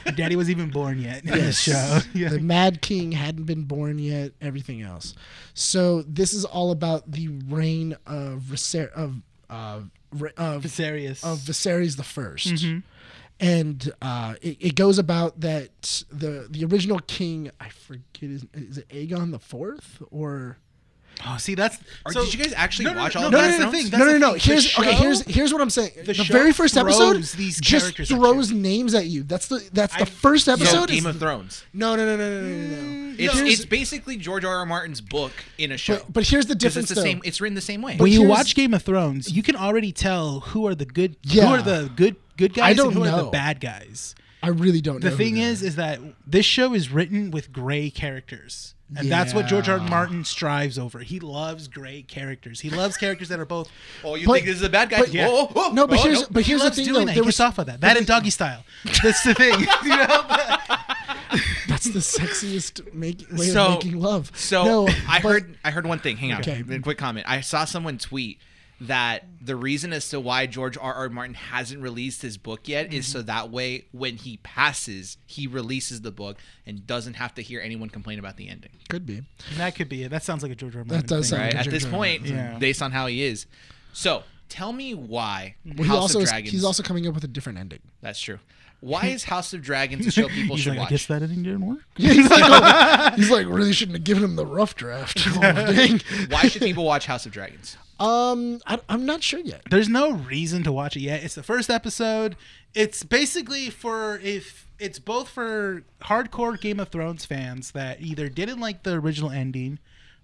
Daddy wasn't even born yet in this show.
Yes.
Yeah.
The Mad King hadn't been born yet. Everything else. So this is all about the reign of Viser- of uh, Re- of
Viserys.
of Viserys the 1st
Mm-hmm.
and uh, it, it goes about that the the original king I forget is, is it Aegon the Fourth or
Oh, see, that's.
Or
so-
did you guys actually
no, no,
watch
no,
all of
no,
that?
no, no,
Thrones?
thing,
No,
That's
no,
the
no.
thing. The
Here's okay.
show-
Here's here's what I'm saying. The,
show
very first episode
throws these
just
characters at you.
throws names at you. That's the that's the
I-
first
So
episode. is-
Game of Thrones.
no, no, no, no, no, no,
Mm,
no.
It's,
Here's-
it's basically George R. R. Martin's book in a show.
but, but here's the
'Cause
difference
it's the
though.
same. It's written the same way.
when you
here's-
watch Game of Thrones, you can already tell who are the good,
Yeah.
who are the good good guys,
don't
and who are
know.
the bad guys.
I really don't.
The
know
thing is, is that this show is written with gray characters, and that's what George R. R.
Yeah.
Martin strives over. He loves gray characters. He loves characters that are both.
oh, you
but-
think this is a bad guy?
but-
Yeah.
Oh, oh, oh,
No, but
oh,
here's
no.
but here's the
he loves
thing
doing
though.
that.
There
He
was
gets off of that. That and doggy style. That's the thing. you know?
that's the sexiest make, way
So-
of making love.
So
no,
I
but-
heard I heard one thing. Hang on,
Okay.
quick comment. I saw someone tweet that the reason as to why George R. R. Martin hasn't released his book yet is
Mm-hmm.
so that way when he passes, he releases the book and doesn't have to hear anyone complain about the ending.
could be.
that could be it. That sounds like a George R. R. Martin.
does
thing.
sound-
Right?
George
At this
R. R.
point,
Yeah.
based on how he is. So tell me why
Well, he
House
also
of
is,
Dragons
he's also coming up with a different ending.
That's true. Why is House of Dragons a show people
He's
should
like, I
watch?
guess that ending didn't work.
Yeah, he's like, oh, he's like, really shouldn't have given him the rough draft. Oh, dang.
Why should people watch House of Dragons?
Um, I, I'm not sure yet.
There's no reason to watch it yet. It's the first episode. It's basically for if it's both for hardcore Game of Thrones fans that either didn't like the original ending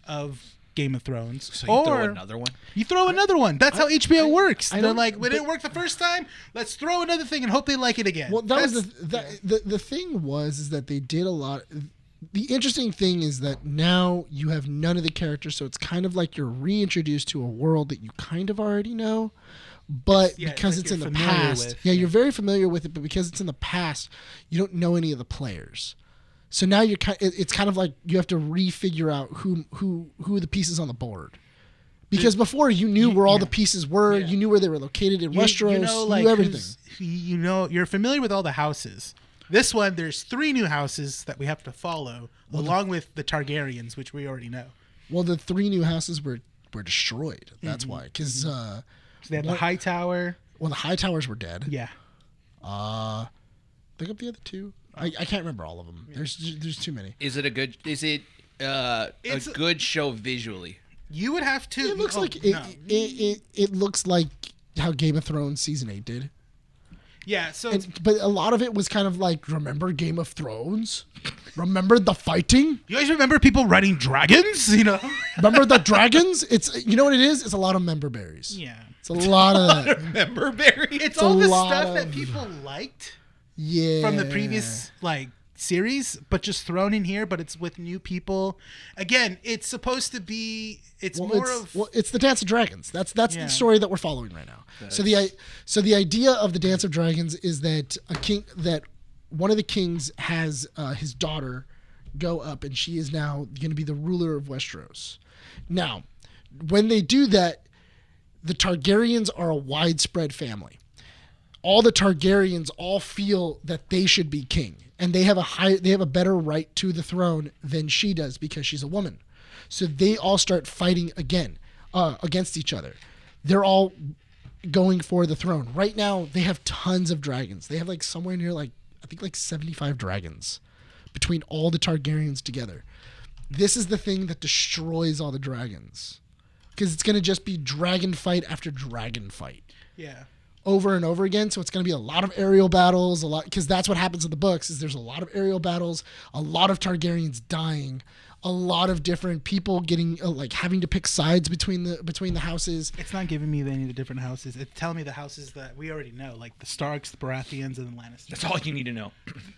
of Game of Thrones
So you
or
throw another one.
you throw another one. That's how HBO works.
I
They're
don't-
like, "We didn't work the first time. Let's throw another thing and hope they like it again."
Well, that was
That's-
the, that, the the thing was is that they did a lot. The interesting thing is that now you have none of the characters, so it's kind of like you're reintroduced to a world that you kind of already know, but
yeah, it's
because
like
it's in
you're
the
familiar
past,
with-
yeah, you're very familiar with it, but because it's in the past, you don't know any of the players. So now you're kind. It, it's kind of like you have to refigure out who who who the pieces on the board. Because before you knew where all the pieces were, you knew where they were located in Westeros, you, knew everything.
who's- You know, you're familiar with all the houses. This one, there's three new houses that we have to follow, along with the Targaryens, which we already know.
Well, the three new houses were were destroyed. That's
Mm-hmm.
why, because uh,
So they have the High Tower.
well, the high towers were dead.
Yeah,
Think of the other two.
Oh.
I, I can't remember all of them. There's there's too many.
Is it a good? Is it uh, a
It's-
good show visually?
you would have to.
It looks
oh,
like it,
no.
it, it it looks like how Game of Thrones season eight did.
yeah. So it's-
And, but a lot of it was kind of like remember Game of Thrones, remember the fighting,
you guys remember people riding dragons? You know?
remember the dragons. It's you know what it is. It's a lot of member berries.
Yeah.
It's a lot of that.
Remember Barry?
It's
a
all the
lot
stuff that
of-
people liked
Yeah.
from the previous like series, but just thrown in here. But it's with new people. Again, it's supposed to be. It's
Well,
more
it's,
of
well, it's the Dance of Dragons. That's that's
Yeah.
the story that we're following right now. so the i- so the idea of the Dance of Dragons is that a king that one of the kings has uh, his daughter go up, and she is now going to be the ruler of Westeros. Now, when they do that, the Targaryens are a widespread family. All the Targaryens all feel that they should be king, and they have a high, they have a better right to the throne than she does because she's a woman. So they all start fighting again uh, against each other. They're all going for the throne. Right now, they have tons of dragons. They have like somewhere near like I think like seventy-five dragons between all the Targaryens together. This is the thing that destroys all the dragons because it's going to just be dragon fight after dragon fight
yeah.
over and over again so it's going to be a lot of aerial battles a lot because that's what happens in the books is there's a lot of aerial battles a lot of targaryens dying a lot of different people getting uh, like having to pick sides between the between the houses
It's not giving me any of the different houses. It's telling me the houses that we already know, like the Starks, the Baratheons, and the Lannisters.
That's all you need to know.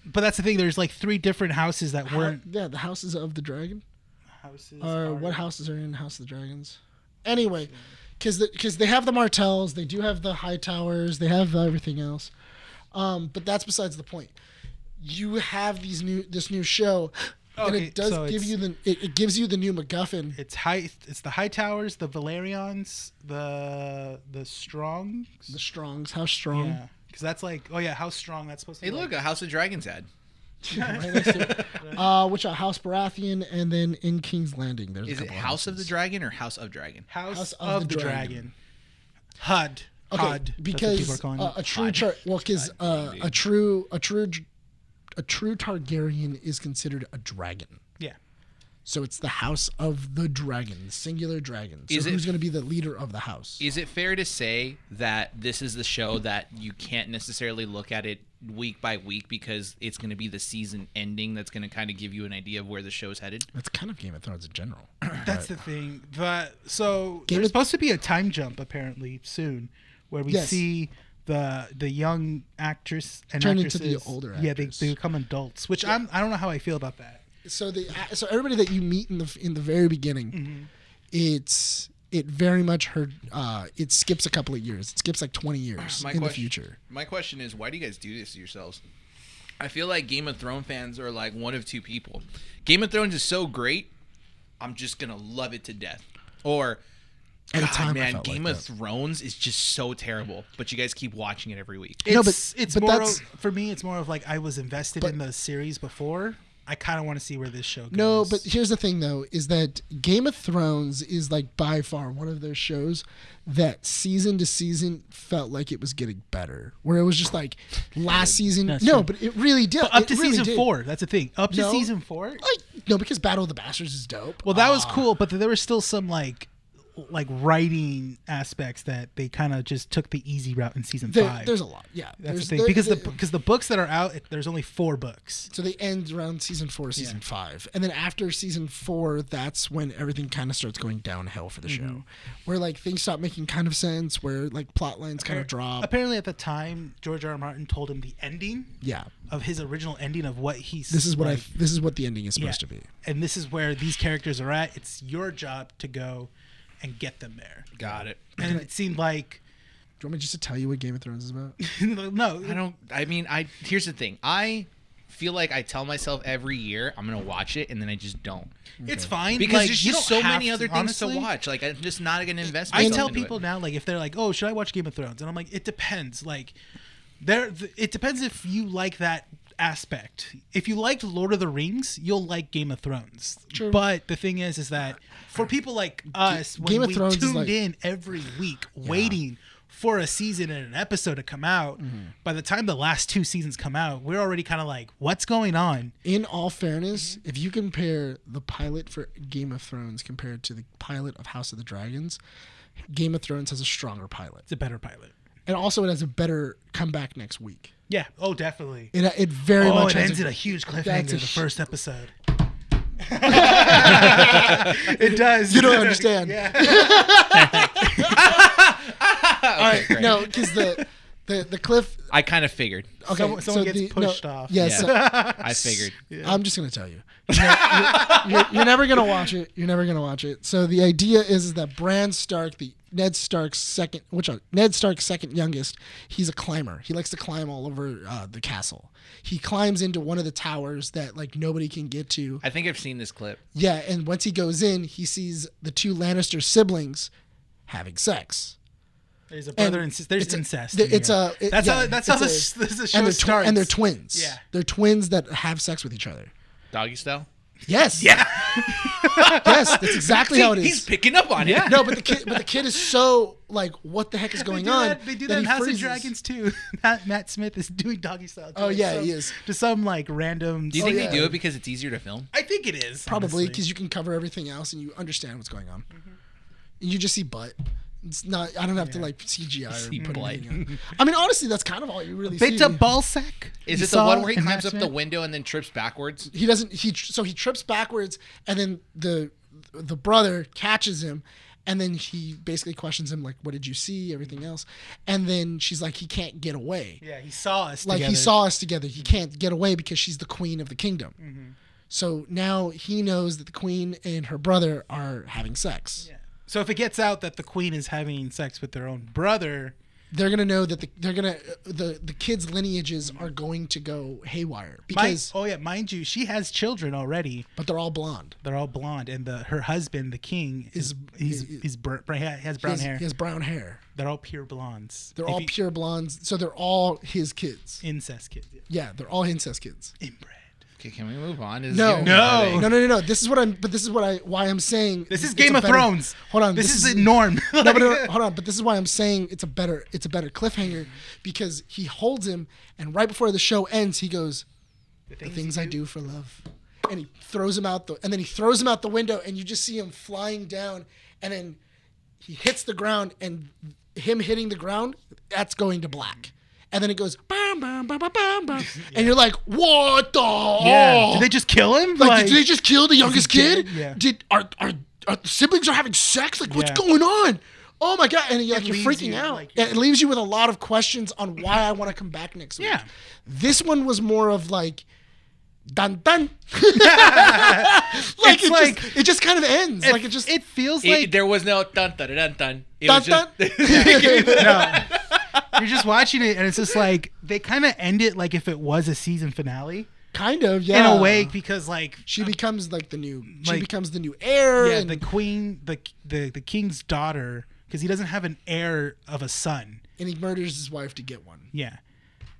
But that's the thing. There's like three different houses that weren't
yeah the houses of the dragon
houses.
or
are-
Uh, what houses are in house of the dragons anyway because because they have the martells they do have the high towers they have everything else um but that's besides the point you have these new this new show and
Okay,
it does
so
give
it's-
you the it, it gives you the new macguffin
It's high. It's the High Towers, the Valerians, the the Strongs.
the strongs how strong
Yeah, because that's like, oh yeah, how strong that's supposed to.
Hey,
be
look, a House of Dragons ad.
right next to it. uh which are house baratheon and then in king's landing there's
Is
a
it
couple
House of the
houses.
Dragon or House of Dragon?
House,
House
of, the, Dragon. HUD. HUD.
okay
That's what people are
because
calling
uh,
it.
a true char- well because uh, a true a true dr- a true targaryen is considered a dragon
yeah.
So it's the house of the dragon, singular dragon. So
Is it-
who's going to be the leader of the house?
Is it fair to say that this is the show that you can't necessarily look at it week by week because it's going to be the season ending that's going to kind of give you an idea of where the show's headed?
That's kind of Game of Thrones in general.
That's the thing. But so
Game
there's
of-
supposed to be a time jump apparently soon, where we
Yes.
see the the young actress and
Turn into
actresses.
the older
Yeah, they,
actress.
they become adults, which I'm I don't know how I feel about that.
so the so everybody that you meet in the in the very beginning,
Mm-hmm.
it's it very much her. Uh, it skips a couple of years. It skips like twenty years in the future.
My question is, why do you guys do this to yourselves? I feel like Game of Thrones fans are like one of two people. Game of Thrones is so great, I'm just gonna love it to death. Or
At a
God,
time, I
man,
felt
Game
like
of
that.
Thrones is just so terrible, but you guys keep watching it every week.
It's,
No, but-
it's
but
more
that's-
of- for me. It's more of like I was invested in the series before. I kind of want to see where this show goes.
No, but here's the thing though: is that Game of Thrones is like by far one of those shows that season to season felt like it was getting better. Where it was just like last season.
That's
no,
true.
but it really did.
up
it
to
really
season
did.
four. That's the thing. Up to
No.
season four.
Like no, because Battle of the Bastards is dope.
Well, that was
Uh,
cool, but there were still some like like writing aspects that they kind of just took the easy route in season
there-
five.
there's a lot. Yeah,
That's
there's-
the thing
there-
because the
there-
because the books that are out, it- there's only four books.
So they end around season four, season five, and then after season four, that's when everything kind of starts going downhill for the show,
Mm-hmm.
where like things stop making kind of sense, where like plot lines kind of drop.
Apparently, at the time, George R. R. Martin told him the ending
yeah,
of his original ending of what he's.
this is what
like,
I. This is what the ending is
yeah,
supposed to be.
and this is where these characters are at. It's your job to go and get them there.
Got it.
And it seemed like
Do you want me just to tell you what Game of Thrones is about?
no,
I don't. I mean, I here's the thing. I feel like I tell myself every year I'm gonna watch it, and then I just don't
it's fine
because
like,
there's
you
just so
don't have
many
to-
other things
honestly,
to watch. Like I'm just not gonna invest.
I
myself
tell
into it.
people now, like, if they're like, "Oh, should I watch Game of Thrones?" and I'm like, "It depends." Like, there, th- it depends if you like that aspect. If you liked Lord of the Rings, you'll like Game of Thrones.
True.
But the thing is, is that for people like us, when
Game of
we
Thrones is
tuned
like-
in every week, waiting for a season and an episode to come out,
Mm-hmm.
by the time the last two seasons come out, we're already kind of like, "What's going on?"
In all fairness, if you compare the pilot for Game of Thrones compared to the pilot of House of the Dragons, Game of Thrones has a stronger pilot,
It's a better pilot.
and also it has a better comeback next week.
Yeah. Oh, definitely.
It it very
Oh,
much
it
has
ends in a huge cliffhanger
that's a
the
sh-
first episode. it does.
You don't understand.
Okay, great.
No, because the, the the cliff.
I kind of figured.
Okay,
Someone- someone gets pushed off.
Yes,
I figured.
I'm just gonna tell you. You're, not- you're- you're- you're never gonna watch it. You're never gonna watch it. So the idea is that Bran Stark, the Ned Stark's second, which are Ned Stark's second youngest, he's a climber. He likes to climb all over uh, the castle. He climbs into one of the towers that like nobody can get to.
I think I've seen this clip.
Yeah, and once he goes in, he sees the two Lannister siblings having sex.
There's a brother
And
and, sister. There's
it's a-
incest.
there-
in here.
it's a- it-
that's
yeah,
how.
it's
That's how the,
a-
sh- this- the show
and they're, twi-
starts.
and they're twins.
Yeah.
They're twins that have sex with each other.
Doggy style.
Yes. Yeah. yes, that's exactly how it is.
He's picking up on it.
Yeah.
no, but the kid, but the kid is so like, what the heck is
They
going
do,
on?
that, they do
that
that in
he
House
freezes.
of Dragons too. Matt, Matt Smith is doing doggy style. to,
Oh,
like,
yeah,
some-
he is.
To some like random.
Do you think
Oh, yeah.
they do it because it's easier to film?
I think it is
Probably
honestly.
because you can cover everything else and you understand what's going on.
Mm-hmm.
And you just see butt. It's not. I don't have to like CGI
see
or put
butt.
anything on. I mean, honestly, that's kind of all you really see.
Beta Balsack.
Is
you
it the one
saw
where he
in
climbs
Matt
up the
Smith?
window and then trips backwards?
he doesn't. He tr- so he trips backwards, and then the the brother catches him. And then he basically questions him, like, "What did you see? Everything else." And then she's like, "He can't get away."
Yeah, he saw us.
like he
together.
saw us together. He can't get away because she's the queen of the kingdom.
Mm-hmm.
So now he knows that the queen and her brother are having sex.
Yeah. So if it gets out that the queen is having sex with their own brother,
They're gonna know that the, they're gonna the the kids' lineages are going to go haywire
my,
because
oh yeah, mind you, she has children already.
but they're all blonde.
They're all blonde, and the her husband, the king, is he's he's br- br- he has
He
brown
has,
hair.
he has brown hair.
They're all pure blondes.
They're
If
all
you-
pure blondes, so they're all his kids.
incest kids. Yeah.
Yeah, they're all incest kids.
Inbred.
Okay, can we move on? Is
No,
No.
no, no, no, no. This is what I'm. But this is what I. Why I'm saying
Oh. This is
it's
Game
a
of
better-
Thrones.
Hold on.
This, is the norm.
no, but no, no, hold on. But this is why I'm saying it's a better it's a better cliffhanger because he holds him, and right before the show ends, he goes, "The things I do for love," and he throws him out the and then he throws him out the window and you just see him flying down and then he hits the ground and him hitting the ground that's going to black and then it goes bam bam bam bam bam, bam. and you're like what the
Yeah.
hell?
Did they just kill him?
like, did they just kill the youngest
dead?
kid
Yeah.
did are, are are the siblings are having sex like what's
Yeah.
going on oh my god and like,
It
you're
leaves
freaking
you,
out
like,
it leaves you with a lot of questions on why i want to come back next week
Yeah.
this one was more of like dun dun like
It's
it
like-
just it just kind of ends like it just
it feels
It-
like
there was no dun dun dun dun. It
dun
was
dun
just,
no. You're just watching it, and it's just like they kind of end it like if it was a season finale
kind of yeah
in a way, because like
she becomes like the new she
Like-
becomes the new heir
yeah,
and,
the queen, the the the king's daughter, because he doesn't have an heir of a son.
and he murders his wife to get one
Yeah,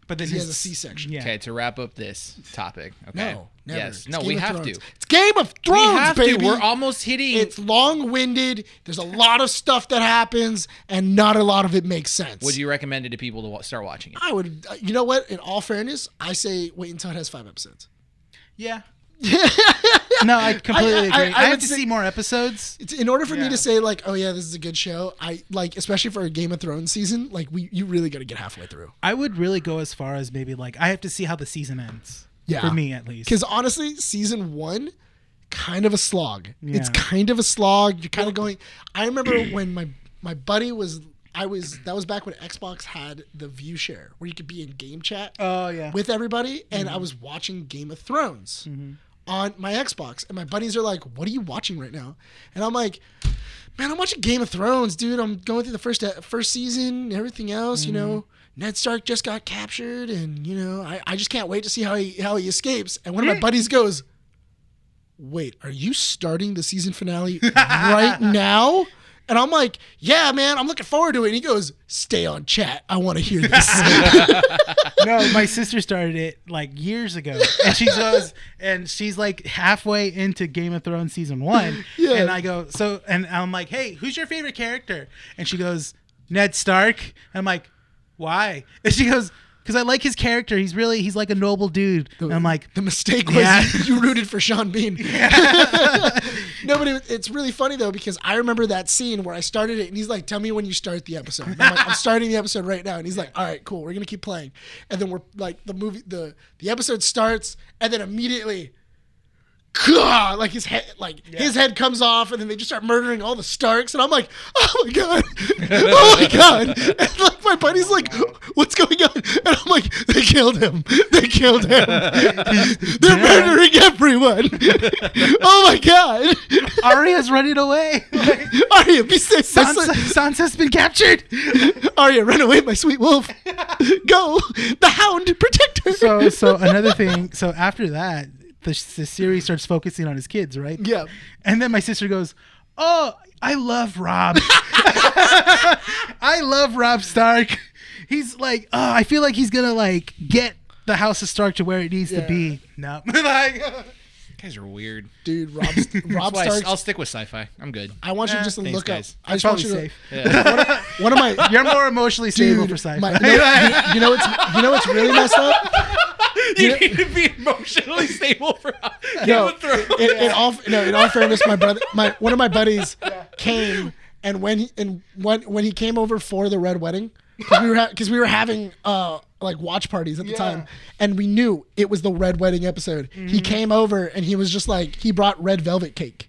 but then
He
his-
has a C-section.
Yeah,
Okay, to wrap up this topic. Okay.
no Oh, never.
Yes.
It's
No,
Game
we
of
have
Thrones.
to.
it's game of
We
thrones
have
baby
to. We're almost hitting.
it's long-winded there's a lot of stuff that happens and not a lot of it makes sense
would you recommend it to people to wa- start watching it?
i would uh, you know what in all fairness i say wait until it has five episodes
yeah. no, I completely
I- I-
agree.
I
I, have
would
to
say-
see more episodes.
it's, in order for me
Yeah.
to say like oh yeah this is a good show i like especially for a game of thrones season like we you really got to get halfway through
I would really go as far as maybe like I have to see how the season ends.
Yeah.
for me at least.
because honestly season one kind of a slog it's
Yeah.
kind of a slog you're kind of going i remember when my my buddy was i was that was back when xbox had the view share where you could be in game chat
Oh yeah, Mm-hmm.
with everybody and I was watching Game of Thrones on my Xbox and my buddies are like, "What are you watching right now?" And I'm like, "Man, I'm watching Game of Thrones, dude. I'm going through the first uh, first season and everything else, you know.
Mm-hmm.
Ned Stark just got captured and, you know, I, I just can't wait to see how he how he escapes." And one of my buddies goes, "Wait, are you starting the season finale right now?" And I'm like, "Yeah, man, I'm looking forward to it." And he goes, "Stay on chat. I want to hear this."
no, my sister started it like years ago, and she goes, and she's like halfway into Game of Thrones season one,
Yeah.
and I go, so, and I'm like, hey, who's your favorite character? And she goes, Ned Stark. And I'm like, why? And she goes, because I like his character. He's really, he's like a noble dude. And I'm like,
The mistake was
Yeah.
you rooted for Sean Bean. no, but it, it's really funny though because I remember that scene where I started it, and he's like, "Tell me when you start the episode." And I'm like, "I'm starting the episode right now," and he's like, "All right, cool, we're gonna keep playing." And then we're like, the movie, the the episode starts, and then immediately. God, like his head, like his head comes off, and then they just start murdering all the Starks, and I'm like, oh my god, oh my god, and like my buddy's like, what's going on? And I'm like, they killed him, they killed him, they're murdering everyone. oh my god,
Arya's running away.
Arya, be safe,
Sansa, Sansa's been captured.
Arya, run away, my sweet wolf, go, the Hound, protect her.
So, so another thing. So after that, the, the series starts focusing on his kids, right?
yeah,
And then my sister goes, "Oh, I love Rob. I love Rob Stark. He's like, oh, I feel like he's gonna like get the House of Stark to where it needs
Yeah.
to be. No, like,
You guys are weird.
dude, Rob, uh,
That's
Rob
why I,
Stark.
will stick with sci-fi. I'm good.
I want you
Eh,
just to
thanks,
look
guys.
up. I just want
probably
you to.
safe.
Yeah.
One of my
You're more emotionally stable for sci-fi.
my- you, know, you, you know it's you know it's really messed up.
you need to be emotionally stable for Game
No,
of Thrones.
in, in all no, in all fairness, my brother, my one of my buddies came, and when he and when when he came over for the red wedding, because we were because we were having uh like watch parties at the time, and we knew it was the red wedding episode.
Mm-hmm.
He came over and he was just like he brought red velvet cake.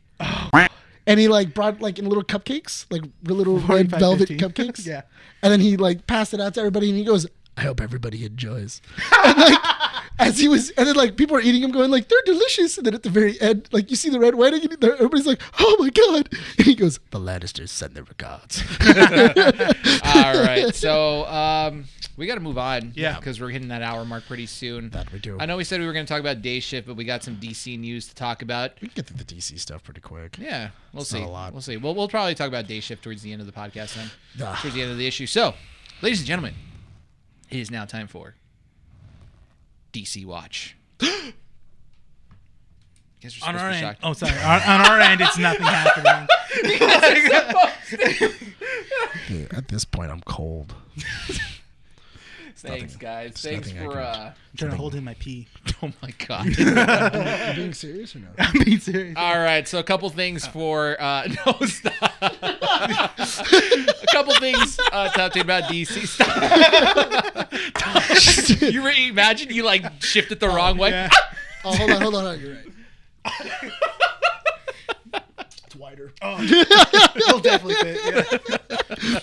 And he like brought like in little cupcakes, like little red
45,
velvet
15.
cupcakes.
Yeah.
And then he like passed it out to everybody, and he goes, "I hope everybody enjoys." and like as he was, and then like people are eating them, going like, "They're delicious." And then at the very end, like you see the red wedding, and there- everybody's like, "Oh my god!" And he goes, "The Lannisters send their regards."
all right. So um, we got to move on.
Yeah.
Because we're hitting that hour mark pretty soon.
That we do.
I know we said we were going to talk about day shift, but we got some DC news to talk about.
we can get through the DC stuff pretty quick.
Yeah, we'll see.
not a lot.
We'll see. Well, we'll probably talk about day shift towards the end of the podcast then.
Ah.
Towards the end of the issue. So, ladies and gentlemen, it is now time for DC Watch. Guess we're
on
supposed to
our
be
end,
shocked.
oh sorry, on, on our end, it's nothing happening.
Dude, at this point, I'm cold.
Thanks, guys.
nothing
Thanks
I
for.
can-
uh
I'm trying to hold in my pee.
Oh my god.
You being serious or not?
I'm being serious.
All right, so a couple things for uh, no stop. a couple things uh, to update about DC. Stop. you re- imagine you like shifted the wrong way.
Yeah.
Oh, hold on, hold on, hold on. You're right. It's wider.
oh, It'll definitely fit.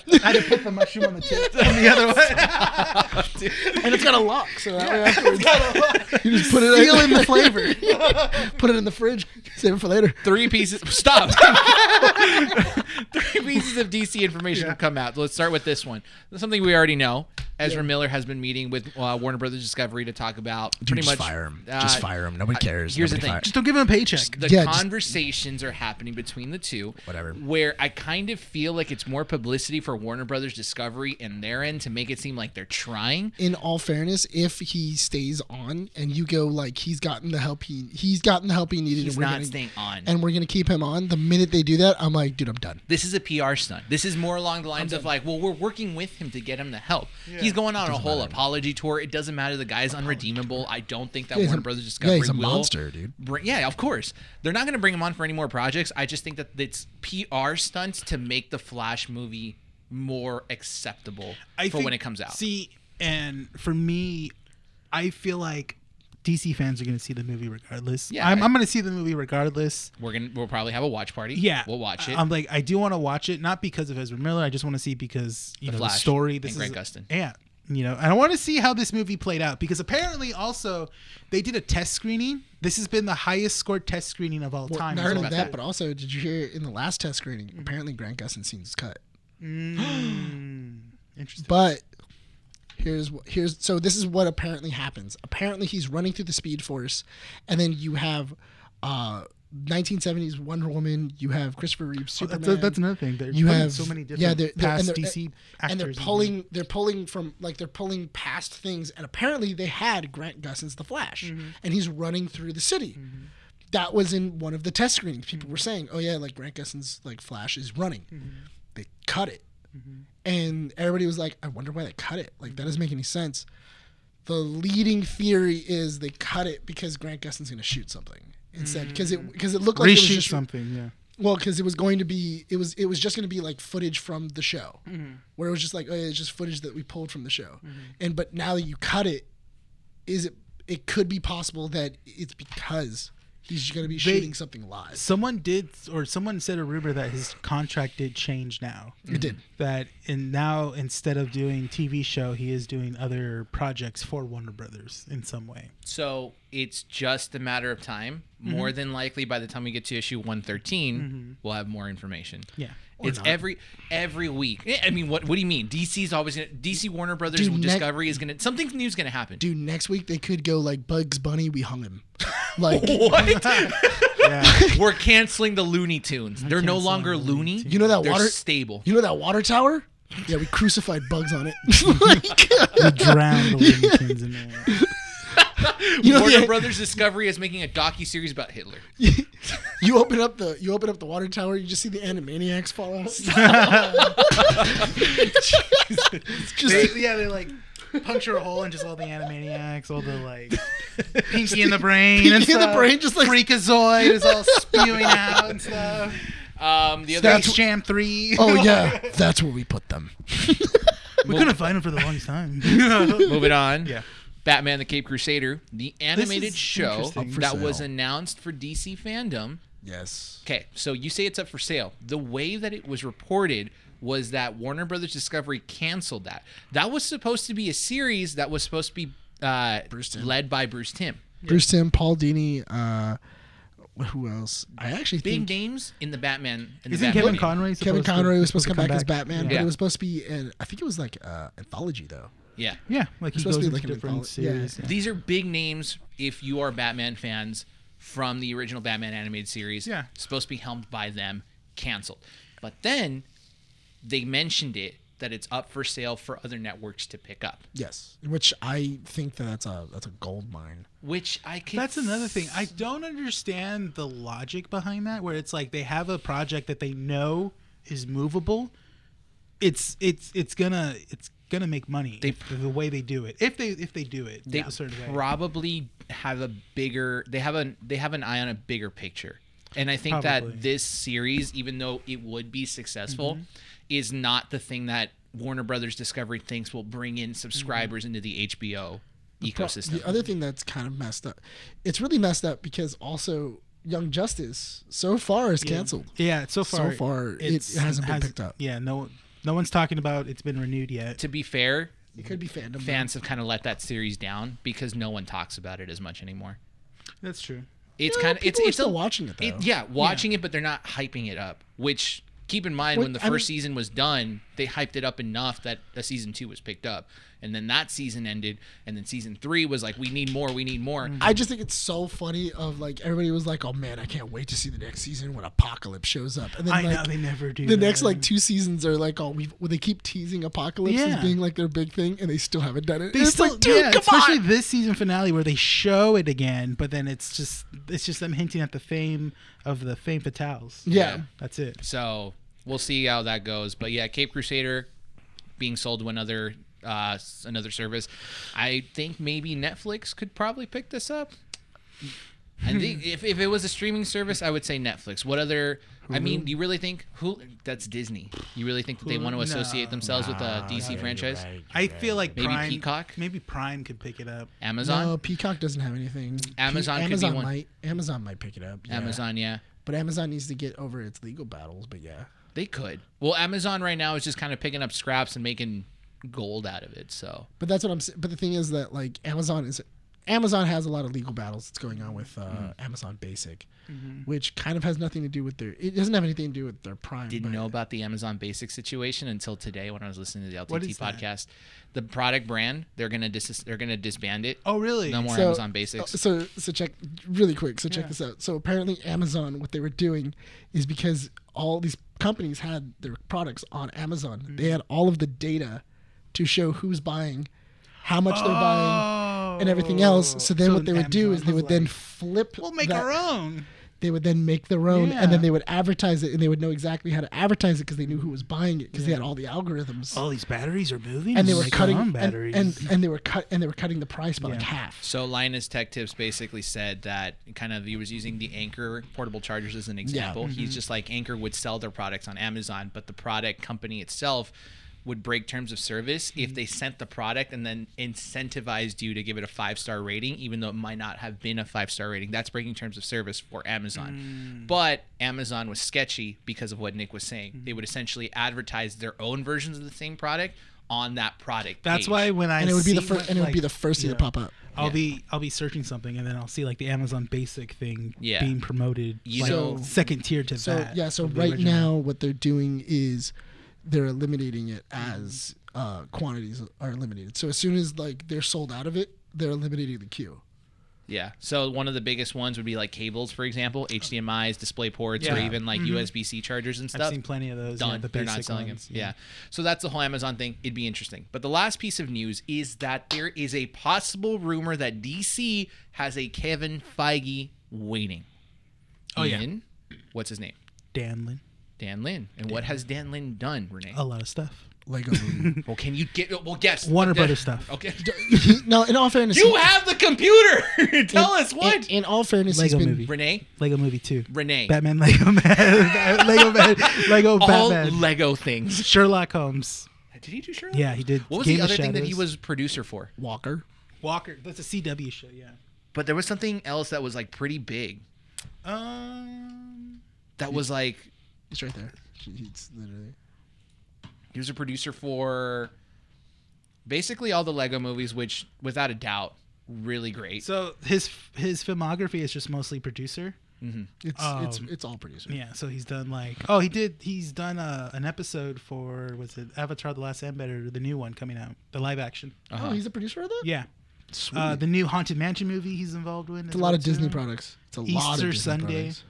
yeah. I had to put the mushroom on the tip. On the other one.
And it's got a lock, so that way afterwards. You just put it Seal in the flavor. put it in the fridge. Save it for later.
Three pieces. Stop. Three pieces of DC information have come out. Let's start with this one. Something we already know. Ezra Miller has been meeting with uh, Warner Brothers Discovery to talk about
Dude,
pretty
just
much.
fire him.
uh,
just fire him. Nobody cares.
here's the
Nobody
thing.
fire-
Just don't give him a paycheck.
the
Yeah, just-
conversations are happening between the two.
Whatever.
Where I kind of feel like it's more publicity for Warner Brothers Discovery and their end to make it seem like they're trying.
In all fairness, if he stays on and you go like he's gotten the help he he's gotten the help he needed,
He's
and we're
not
gonna,
staying on.
and we're gonna keep him on. The minute they do that, I'm like, dude, I'm done.
this is a PR stunt. This is more along the lines of like, well, we're working with him to get him the help. He's going on a whole apology tour. It doesn't matter. The guy's unredeemable. I don't think that
Yeah, he's
Warner
a-
Brothers
yeah,
Discovery
he's a
will
monster, dude.
Bring, yeah, of course. They're not going to bring him on for any more projects. I just think that it's PR stunts to make the Flash movie more acceptable
I
for
think-
when it comes out.
See, and for me, I feel like DC fans are going to see the movie regardless.
Yeah,
Yeah, I'm,
I-
I'm going to see the movie regardless.
We're gonna we'll probably have a watch party.
Yeah, Um,
we'll watch
I-
it.
I'm like, I do want to watch it, not because of Ezra Miller. I just want to see because you know
Flash
the story. This
and
is
Grant Gustin.
Yeah, you know, and I want to see how this movie played out because apparently, also, they did a test screening. This has been the highest scored test screening of all
Well,
time.
not
as
only
well.
that, but also, did you hear in the last test screening?
Mm-hmm.
Apparently, Grant Gustin scene's cut.
Mm, Interesting.
But here's wh- here's so this is what apparently happens. Apparently, he's running through the Speed Force, and then you have uh, 1970s Wonder Woman. You have Christopher Reeve Superman.
Oh, that's, that's another thing. They're
you
putting
have
so many different
yeah, they're, they're-
past
and they're-
DC actors,
and they're
in
pulling they're pulling from like they're pulling past things, and apparently they had Grant Gustin's The Flash,
Mm-hmm.
and he's running through the city. That was in one of the test screenings. People
Mm-hmm.
were saying, "Oh yeah, like Grant Gustin's like Flash is running." They cut it,
Mm-hmm.
and everybody was like, "I wonder why they cut it. Like that doesn't make any
Mm-hmm.
sense." The leading theory is they cut it because Grant Gustin's going to shoot something instead because it because it looked like it was
reshoot
just
something. Yeah.
well, because it was going to be, it was it was just going to be like footage from the show,
Mm-hmm.
where it was just like, oh, yeah, it's just footage that we pulled from the show, and but now that you cut it, is it it could be possible that it's because he's going to be shooting something live.
Someone did, or someone said a rumor that his contract did change now.
It did.
That and now instead of doing TV show, he is doing other projects for Warner Brothers in some way.
So it's just a matter of time.
Mm-hmm.
More than likely, by the time we get to issue 113, we'll have more information.
Yeah.
it's every every week. Eh, I mean, what what do you mean? DC's always gonna, DC Warner Brothers
Dude, ne-
Discovery is gonna something new's gonna happen.
Dude, next week they could go like Bugs Bunny, we hung him, like
What?
Yeah.
We're canceling the Looney Tunes. They're no
canceling
longer
the Looney
Looney.
Tunes.
you know that
They're
water,
stable.
you know that water tower. Yeah, we crucified bugs on it. like,
Drown the Looney Tunes in there.
you know,
Warner
the-
Brothers Discovery is making a docu series about Hitler.
you open up the you open up the water tower, you just see the animaniacs fall out. just
They- yeah, they like puncture a hole and just all the Animaniacs, all the like Pinky in the Brain, and
Pinky in the
stuff.
Brain, just, like-
Freakazoid is all spewing out and stuff.
Um, the other
Space Jam Three.
oh yeah, that's where we put them.
we couldn't find him for the longest time.
moving on.
Yeah.
Batman the Cape Crusader, the animated
is
show
interesting. Up
for
that
sale.
was announced for DC fandom.
Yes.
Okay, so you say it's up for sale. The way that it was reported was that Warner Brothers Discovery canceled that. That was supposed to be a series that was supposed to be uh, led by Bruce Tim.
Bruce Tim, Paul Dini, uh, who else? I actually
Big
think
names in the Batman. In the
Isn't
Batman
Kevin
game.
Conroy? Supposed
Kevin Conroy
to,
was supposed to come back, as Batman, but
Yeah.
it was supposed to be an I think it was like uh, anthology though.
Yeah.
Yeah, like he
supposed
goes
to be
into
like an
different
anthology.
series. Yeah.
These are big names if you are Batman fans from the original Batman animated series.
Yeah.
Supposed to be helmed by them, canceled. But then they mentioned it that it's up for sale for other networks to pick up,
Yes. Which I think that that's a that's a gold mine.
which I could.
That's another thing. I don't understand the logic behind that, where it's like they have a project that they know is movable. It's it's it's gonna it's gonna make money.
They-
if- the way they do it, if they if they do it,
they
a certain way.
probably have a bigger they have a they have an eye on a bigger picture and i think
Probably.
that this series even though it would be successful
Mm-hmm.
is not the thing that warner brothers discovery thinks will bring in subscribers into the hbo ecosystem
Mm-hmm. The other thing that's kind of messed up, it's really messed up because also Young Justice so far is canceled.
Yeah, so far.
far, it
it's-
hasn't been picked up.
Yeah, no, no one's talking about it's been renewed yet.
to be fair
It could be fandom.
fans have kind of let that series down because no one talks about it as much anymore
That's true.
it's
No,
kind of it's
people are
it's
still
a,
watching it, though.
yeah watching it but they're not hyping it up which keep in mind
Well,
when the
I
first
mean-
season was done they hyped it up enough that a season two was picked up and then that season ended and then season three was like we need more we need more
I just think it's so funny. Of like everybody was like, "Oh man, I can't wait to see the next season when Apocalypse shows up." And then
I
like,
know they never do.
the
that.
next like two seasons are like, "Oh, we well, they keep teasing Apocalypse
Yeah.
as being like their big thing, and they still haven't done it."
They
And it's
still,
like, dude,
yeah,
come
especially
on.
this season finale where they show it again, but then it's just it's just them hinting at the fame of the fame fatales.
Yeah.
that's it.
so we'll see how that goes but yeah cape crusader being sold to another uh s- another service i think maybe netflix could probably pick this up I think if, if it was a streaming service, I would say Netflix. What other? I mean, you really think who? That's Disney. You really think that they
Hulu?
want to associate
No.
themselves with a DC franchise?
I feel like
Maybe
Prime,
Peacock?
Maybe Prime could pick it up.
Amazon.
No, Peacock doesn't have anything. Pe-
Amazon could be
Amazon
one.
might. Amazon might pick it up. yeah.
Amazon, yeah,
but Amazon needs to get over its legal battles. But yeah,
they could. Well, Amazon right now is just kind of picking up scraps and making gold out of it. So
But that's what I'm. s- But the thing is that like Amazon is, Amazon has a lot of legal battles that's going on with uh,
Mm-hmm.
Amazon Basic, which kind of has nothing to do with their. It doesn't have anything to do with their Prime.
didn't
but
know about the Amazon Basic situation until today when I was listening to the
What
LTT
is that?
podcast. The product brand they're gonna dis- they're gonna disband it.
Oh, really?
No more
So- oh,
Amazon Basics.
So so check really quick. So check
Yeah.
this out. So apparently Amazon, what they were doing, is because all these companies had their products on Amazon.
Mm-hmm.
They had all of the data to show who's buying, how much they're buying. And everything else. So then,
Oh.
what they would do
Amazon
is they
was
would then
like,
flip.
we'll make
that-
our own.
they would then make their own and
Yeah.
then they would advertise it and they would know exactly how to advertise it because they knew who was buying it because they had all the algorithms
All these batteries are moving.
and they
We'll
were
make our
cutting
Oh, own
and,
batteries.
and and they were cut and they were cutting the price by like
Yeah.
half
So Linus Tech Tips basically said that kind of he was using the Anchor portable chargers as an example. He's just like Anchor would sell their products on Amazon, but the product company itself would break terms of service
Mm-hmm.
if they sent the product and then incentivized you to give it a five star rating, even though it might not have been a five star rating. That's breaking terms of service for Amazon.
Mm.
But Amazon was sketchy because of what Nick was saying. They
Mm-hmm.
would essentially advertise their own versions of the same product on that product.
That's
page.
why when I
and it would be the
see
first
what,
and it would be
like-
the first thing
yeah.
to pop up
I'll
Yeah.
be I'll be searching something and then I'll see like the Amazon Basic thing
Yeah.
being promoted,
You
like
know-
second tier to
so
that.
yeah so
of the
right
original.
now what they're doing is they're eliminating it as uh, quantities are eliminated so as soon as like they're sold out of it they're eliminating the queue
Yeah. So one of the biggest ones would be like cables, for example, HDMI's, display ports, or
Yeah.
even like USB C chargers and
I've
stuff.
seen plenty of those.
Done.
Yeah, the
They're
basic
not selling
ones.
them. Yeah. So that's the whole Amazon thing. It'd be interesting. But the last piece of news is that there is a possible rumor that DC has a Kevin Feige waiting.
Oh, yeah.
In- What's his name?
Danlin,
Dan Lin. And what has Dan Lin done, Renee?
a lot of stuff.
lego movie
Well, can you get? Well, guess.
Warner
Okay.
Brothers stuff.
Okay.
He- no in all fairness
You
he-
have the computer. Tell
in-
us what.
in, in all fairness he's
Lego
been
movie.
Renee.
Lego Movie Two.
Renee.
Batman, Lego Man, Lego Man, Lego
All
Batman,
Lego things.
Sherlock Holmes.
Did he do Sherlock?
Yeah, he did.
What was
Game
the
of
other thing that he
Shadows.
was producer for?
walker
Walker? That's a CW show. Yeah.
But there was something else that was like pretty big.
Um.
That was like
It's right there. It's literally.
he was a producer for basically all the Lego movies, which without a doubt, really great.
So his his filmography is just mostly producer.
It's it's
Um,
it's all producer.
Yeah, so he's done like oh he did he's done uh, an episode for was it Avatar: The Last Airbender the new one coming out the live action
Uh-huh.
Oh, he's a producer of that.
yeah
Sweet.
uh, the new Haunted Mansion movie he's involved with
it's a lot of Disney
products.
products. It's a lot
Easter
of Disney
Sunday. Mm-hmm.
products.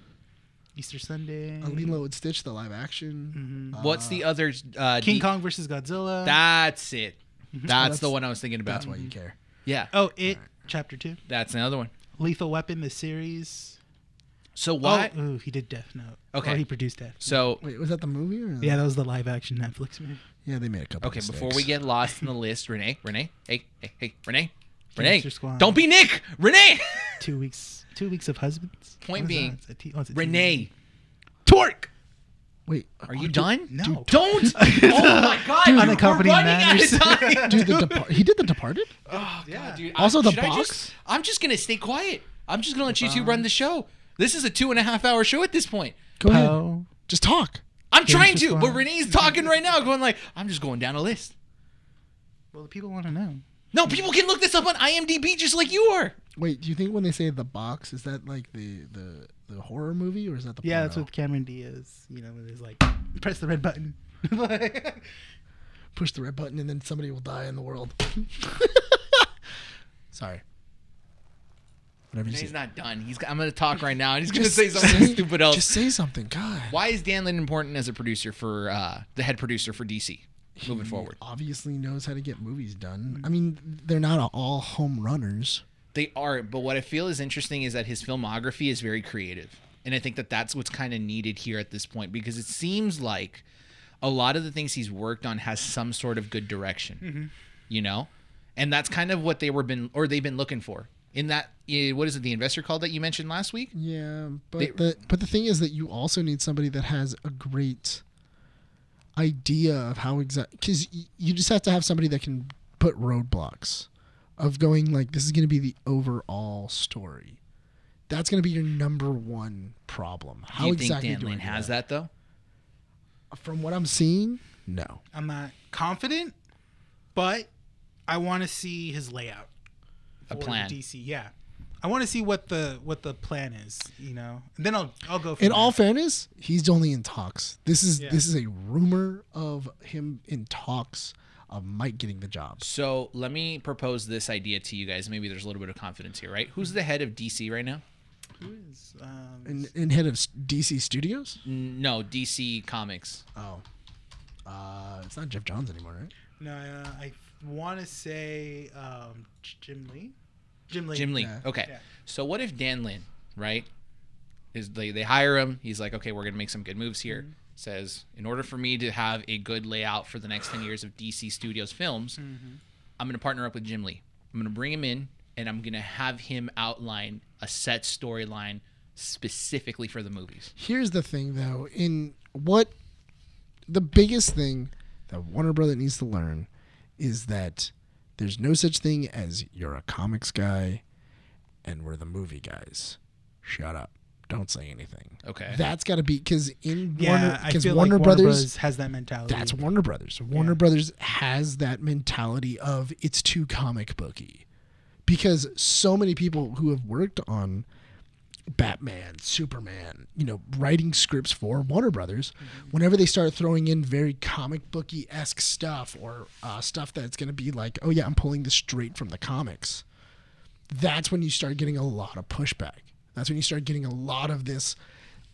Easter Sunday Mm-hmm.
Uh, Lilo and Stitch, the live action.
What's the other uh,
King
D-
Kong Mm-hmm. versus Godzilla
That's it. That's, the
that's-
one I was thinking about.
That's why you
Mm-hmm.
care.
Yeah,
oh it chapter two
that's another one.
Lethal Weapon the series
So why?
Oh, ooh, he did Death Note.
Okay.
Or he produced Death. Note.
So
Wait, was that the movie? Or
Yeah, that was the live action Netflix movie.
yeah, they made a couple.
Okay, before we
mistakes.
get lost in the list, Renee, Renee, hey, hey, hey, Renee, Renee,
Gangster Squad.
don't be Nick, Renee,
Two weeks. Two weeks of husbands.
Point
What is
being,
that? It's a T- oh, it's a TV.
Renee, Torque.
wait, uh,
Are you done?
No.
Dude, don't. oh my God, dude,
Unaccompanied
we're running
manners.
out of time.
Dude, the Depar- he did the Departed.
oh, God, dude.
Also, the
should I
box?
just- I'm just gonna stay quiet. I'm just gonna let you two run the show. This is a two and a half hour show at this point.
Go ahead,
Oh.
just talk.
I'm trying
just
to,
go
but
on.
Renee's talking right now, going like, I'm just going down a list.
Well, the people want to know.
No, people can look this up on IMDb just like you are.
Wait, do you think when they say the box, is that like the the, the horror movie or is that the
Yeah, that's
porno?
what Cameron Diaz. You know, when there's like, press the red button.
push the red button and then somebody will die in the world. Sorry. Whatever you
Renee's
say.
not done. He's. I'm gonna talk right now, and he's gonna say something stupid else.
Just say something, God.
Why is Dan Lin important as a producer for uh, the head producer for DC moving forward?
Obviously knows how to get movies done. I mean, they're not all home runners.
They are, but what I feel is interesting is that his filmography is very creative, and I think that that's what's kind of needed here at this point because it seems like a lot of the things he's worked on has some sort of good direction,
Mm-hmm.
you know, and that's kind of what they were been or they've been looking for in that. eh, What is it? The investor call that you mentioned last week.
Yeah, but
They-
the but the thing is that you also need somebody that has a great idea of how exact because you just have to have somebody that can put roadblocks of going like this is going to be the overall story. That's going to be your number one problem. How
do you
exactly
think Dan
do I
Lin
do
has that though?
From what I'm seeing, no.
I'm not confident, but I want to see his layout.
A
for the
plan.
DC, yeah. I want to see what the what the plan is, you know. And then I'll I'll go. From
In
there.
all fairness, he's only in talks. This is
Yeah.
this is a rumor of him in talks of Mike getting the job.
So let me propose this idea to you guys. Maybe there's a little bit of confidence here, right?
Mm-hmm.
Who's the head of DC right now?
Who is, um,
In, in head of s- DC Studios.
N- No, DC Comics.
Oh. Uh, it's not Jeff Johns anymore, right?
no, uh, I want to say um, J- Jim Lee. Jim Lee.
Jim Lee.
Yeah.
Okay.
Yeah.
So what if Dan Lin, right? Is they, they hire him. He's like, okay, we're gonna make some good moves here. Says, in order for me to have a good layout for the next ten years of DC Studios films, I'm gonna partner up with Jim Lee. I'm gonna bring him in and I'm gonna have him outline a set storyline specifically for the movies.
Here's the thing, though. In what the biggest thing that Warner Brother needs to learn is that there's no such thing as you're a comics guy and we're the movie guys. Shut up. Don't say anything.
Okay.
That's got to be because in
Yeah,
Warner,
I
cause
feel
Warner
like
Brothers,
Warner Brothers has that mentality.
that's Warner Brothers. Warner
Yeah.
Brothers has that mentality of it's too comic booky. Because so many people who have worked on Batman, Superman, you know, writing scripts for Warner Brothers,
Mm-hmm.
whenever they start throwing in very comic booky esque stuff or uh, stuff that's going to be like, oh yeah, I'm pulling this straight from the comics, that's when you start getting a lot of pushback. That's when you start getting a lot of this,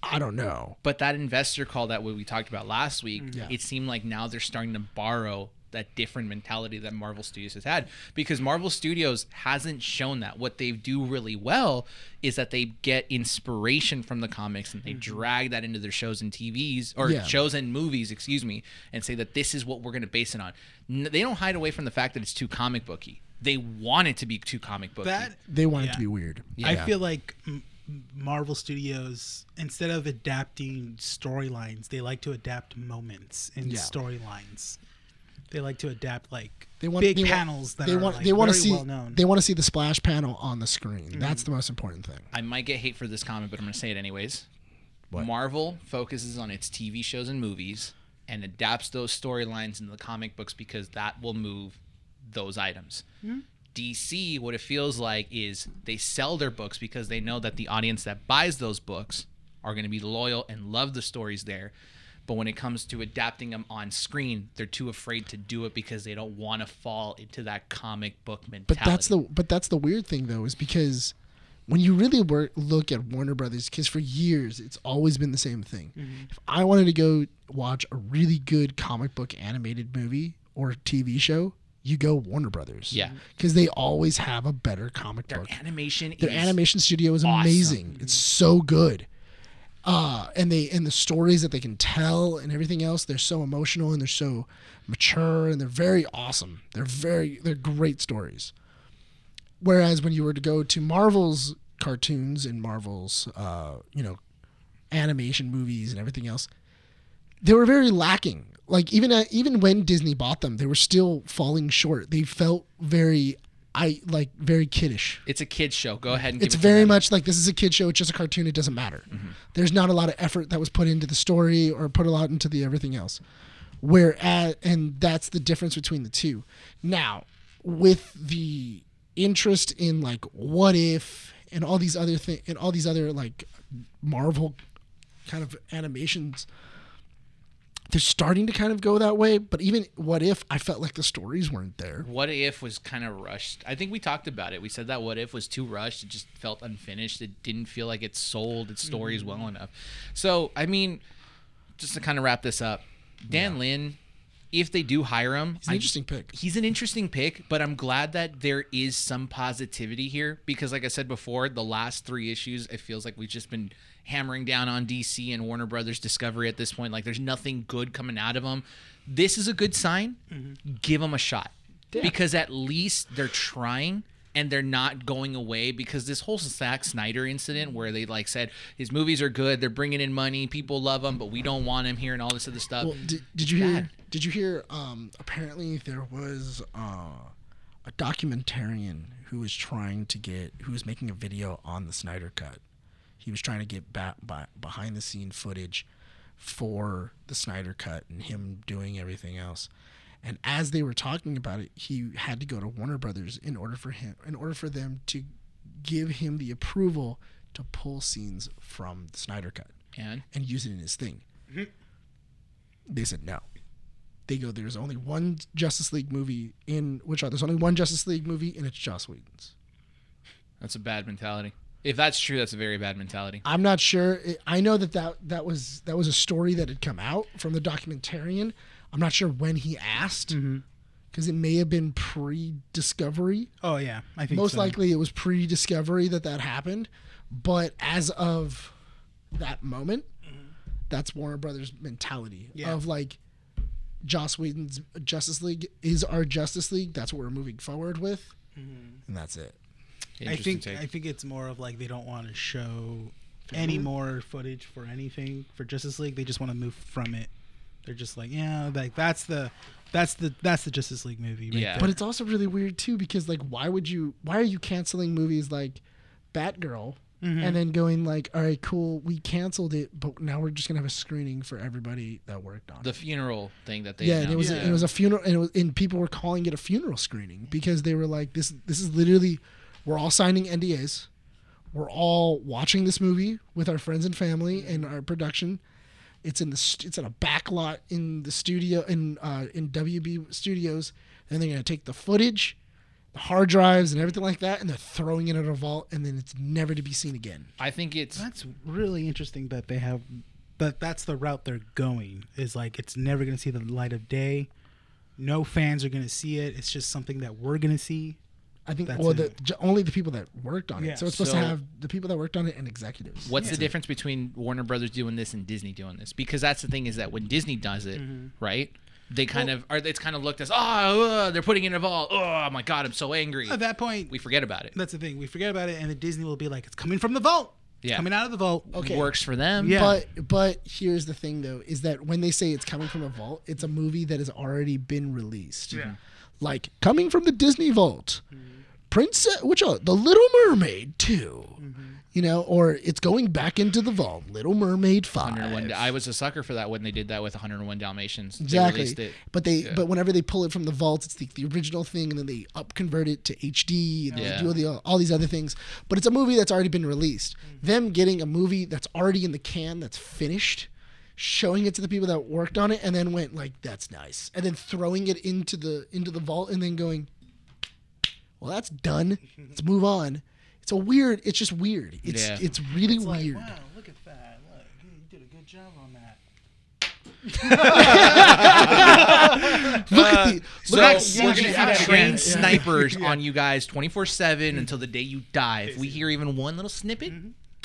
I don't know.
But that investor call that we we talked about last week, it seemed like now they're starting to borrow that different mentality that Marvel Studios has had because Marvel Studios hasn't shown that. What they do really well is that they get inspiration from the comics and they drag that into their shows and TVs or
Yeah.
shows and movies, excuse me, and say that this is what we're going to base it on. N- they don't hide away from the fact that it's too comic booky. They want it to be too comic booky.
That
They want it
Yeah.
to be weird.
I feel like M- M- Marvel Studios, instead of adapting storylines, they like to adapt moments in
Yeah.
storylines. They like to adapt like
They want
big
they want-
panels that
they
are
want
like,
they want to
very Mm-hmm.
see
well known.
they want to see the splash panel on the screen. That's the most important thing.
I might get hate for this comment, but I'm going to say it anyways.
What?
Marvel focuses on its TV shows and movies and adapts those storylines into the comic books because that will move those items. DC, what it feels like is they sell their books because they know that the audience that buys those books are going to be loyal and love the stories there. But when it comes to adapting them on screen, they're too afraid to do it because they don't want to fall into that comic book mentality.
But that's the but that's the weird thing though is because when you really work, look at Warner Brothers, because for years it's always been the same thing.
Mm-hmm.
If I wanted to go watch a really good comic book animated movie or TV show, you go Warner Brothers.
Yeah.
because they always have a better comic
their
book.
animation
Their
is
animation studio is
awesome.
amazing. It's so good. uh, and they and the stories that they can tell and everything else. They're so emotional and they're so mature and they're very awesome. They're very they're great stories. Whereas when you were to go to Marvel's cartoons and Marvel's uh, you know animation movies and everything else, they were very lacking. Like even at, even when Disney bought them, they were still falling short. They felt very I like very kiddish.
It's a kids show. Go ahead and. Give
It's
it to
very
them.
much like this is a kid show. It's just a cartoon. It doesn't matter. There's not a lot of effort that was put into the story or put a lot into the everything else. Where at, and that's the difference between the two. Now, with the interest in like what if and all these other things and all these other like Marvel kind of animations, they're starting to kind of go that way. But even what if I felt like the stories weren't there.
What if was kind of rushed. I think we talked about it. We said that what if was too rushed. It just felt unfinished. It didn't feel like it sold its stories
Mm.
well enough. So I mean, just to kind of wrap this up, Dan Lin, if they do hire him,
It's an interesting pick.
he's an interesting pick, but I'm glad that there is some positivity here because, like I said before, the last three issues, it feels like we've just been hammering down on DC and Warner Brothers Discovery at this point. Like, there's nothing good coming out of them. This is a good sign. Give them a shot because at least they're trying and they're not going away because this whole Zack Snyder incident where they like said his movies are good, they're bringing in money, people love him, but we don't want him here and all this other stuff.
Well, did, did you hear?
bad.
Did you hear? Um, apparently, there was uh, a documentarian who was trying to get, who was making a video on the Snyder Cut. He was trying to get back by, behind the scene footage for the Snyder Cut and him doing everything else. And as they were talking about it, he had to go to Warner Brothers in order for him, in order for them to give him the approval to pull scenes from the Snyder Cut
and
and use it in his thing. They said no. They go, there's only one Justice League movie in which are there's only one Justice League movie and it's Joss Whedon's.
That's a bad mentality. If that's true, that's a very bad mentality.
I'm not sure. I- I know that, that that was that was a story that had come out from the documentarian. I'm not sure when he asked because it may have been pre-discovery.
Oh yeah, I think
most
so.
likely it was pre-discovery that that happened but as of that moment that's warner brothers mentality
Yeah.
of like joss whedon's justice league is our justice league that's what we're moving forward with and that's it
I
Interesting
think
take.
I think it's more of like they don't want to show any
Mm-hmm.
more footage for anything for Justice League. They just want to move from it. They're just like, yeah, like that's the that's the that's the Justice League movie. Right
Yeah.
yeah.
but it's also really weird too because like why would you why are you canceling movies like batgirl and then going like all right cool we canceled it but now we're just gonna have a screening for everybody that worked on it.
the funeral thing that they
yeah, and it was
announced.
A, it was a funeral, and it was, and people were calling it a funeral screening because they were like, this this is literally, we're all signing NDAs, we're all watching this movie with our friends and family and our production. It's in the st- it's in a back lot in the studio in uh, in WB Studios, and they're gonna take the footage, the hard drives and everything like that, and they're throwing it in a vault, and then it's never to be seen again.
I think it's
that's really interesting that they have that that's the route they're going. Is like it's never gonna see the light of day. No fans are gonna see it. It's just something that we're gonna see.
I think
That's
well, the,
it.
j- only the people that worked on
Yeah,
it, so it's supposed
so-
to have the people that worked on it and executives.
what's the difference between Warner Brothers doing this and Disney doing this? Because that's the thing is that when Disney does it,
Mm-hmm.
right? They kind of are. It's kind of looked as oh, uh, they're putting it in a vault. Oh my god, I'm so angry.
At that point,
we forget about it.
that's the thing. We forget about it, and then Disney will be like, it's coming from the vault. It's
Yeah.
coming out of the vault.
Okay.
Works for them.
Yeah.
But but here's the thing though is that when they say it's coming from a vault, it's a movie that has already been released. Yeah. Like coming from the Disney vault. Princess which are The Little Mermaid 2. You know, or it's going back into the vault. Little Mermaid 5.
101 I was a sucker for that when they did that with 101 Dalmatians. They
Exactly.
released it.
But they but whenever they pull it from the vault, it's the, the original thing, and then they up convert it to HD and
Yeah.
they do all, the, all these other things. But it's a movie that's already been released.
Mm-hmm.
Them getting a movie that's already in the can, that's finished, showing it to the people that worked on it, and then went like, "That's nice," and then throwing it into the into the vault, and then going, "Well, that's done. Let's move on." It's a weird. It's just weird. It's
Yeah.
it's really weird.
Wow, Oh, look at that. Look, you did a good job on that.
Look at the
Uh, So
look
we're
at the
gonna
CGI.
have Mm-hmm.
again.
trained
Yeah.
snipers on you guys 24 seven until the day you die. If we hear even one little snippet,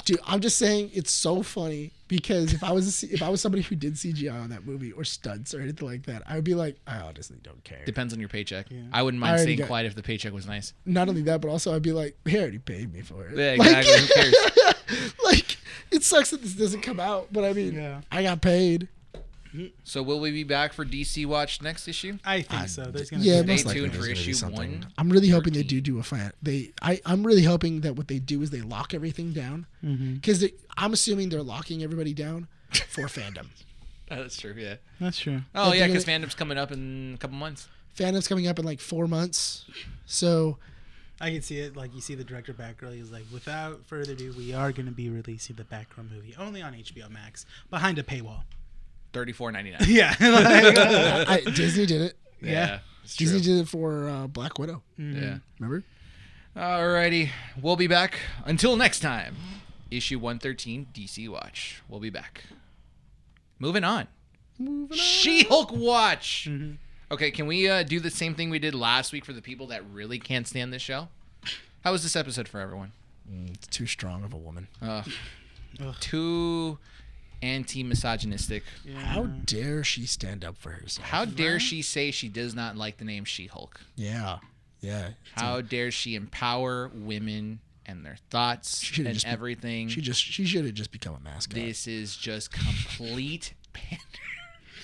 Dude, I'm just saying it's so funny because if I was a, C- if I was somebody who did CGI on that movie or stunts or anything like that, I would be like, I honestly don't care.
Depends on your paycheck. I wouldn't
I
mind
already
staying
got-
quiet if the paycheck was nice.
Not only that, but also I'd be like, they already paid me for it.
Yeah,
Like-
exactly. Who cares?
like it sucks that this doesn't come out, but I mean,
Yeah.
I got paid.
So will we be back for DC Watch next issue?
I think so. There's gonna
yeah,
be
Stay
most likely
tuned
there's
for
gonna
issue
something.
one.
I'm really hoping they do do a fan. They, I, I'm really hoping that what they do is they lock everything down
Mm-hmm.
because I'm assuming they're locking everybody down for fandom.
Oh, that's true. Yeah.
that's true.
Oh
I
yeah,
think
because
it-
fandom's coming up in a couple months.
Fandom's coming up in like four months, so
I can see it. Like you see the director Batgirl. He's like, without further ado, we are going to be releasing the Batgirl movie only on HBO Max behind a paywall.
Thirty four ninety nine.
Yeah. Like,
I, Disney did it.
Yeah. It's true.
Disney did it for uh, Black Widow.
Yeah.
Remember?
Alrighty, we'll be back. Until next time, issue 113 DC Watch. We'll be back. Moving on.
Moving on. Mm-hmm.
She Hulk Watch. Okay, can we uh, do the same thing we did last week for the people that really can't stand this show? How was this episode for everyone?
Mm, It's too strong of a woman.
Uh,
Ugh.
too anti misogynistic.
How dare she stand up for herself?
How dare she say she does not like the name She Hulk?
Yeah, yeah.
How dare she empower women and their thoughts
should've
and
just been-
everything?
She just she should have just become a mascot.
This is just complete pandering.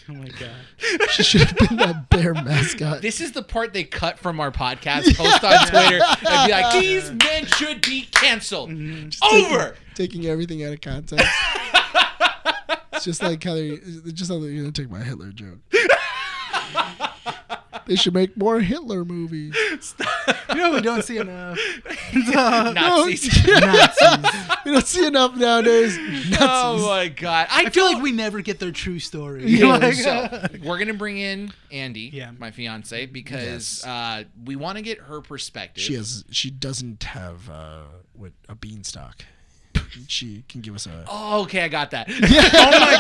oh my god.
She should have been that bear mascot.
This is the part they cut from our podcast, post on Twitter, and be like, these men should be canceled.
Mm-hmm.
Over.
taking everything out of context. it's just like how they just how they're gonna take my Hitler joke. they should make more Hitler movies.
You know we don't see enough
Nazis.
Nazis.
We don't see enough nowadays.
Oh my god. I,
I feel like we never get their true story.
Yeah,
Like,
so we're gonna bring in Andy,
Yeah.
my fiance, because
Yes.
uh, we want to get her perspective.
She has she doesn't have uh, what a beanstalk. She can give us a
Oh, okay, I got that.
oh my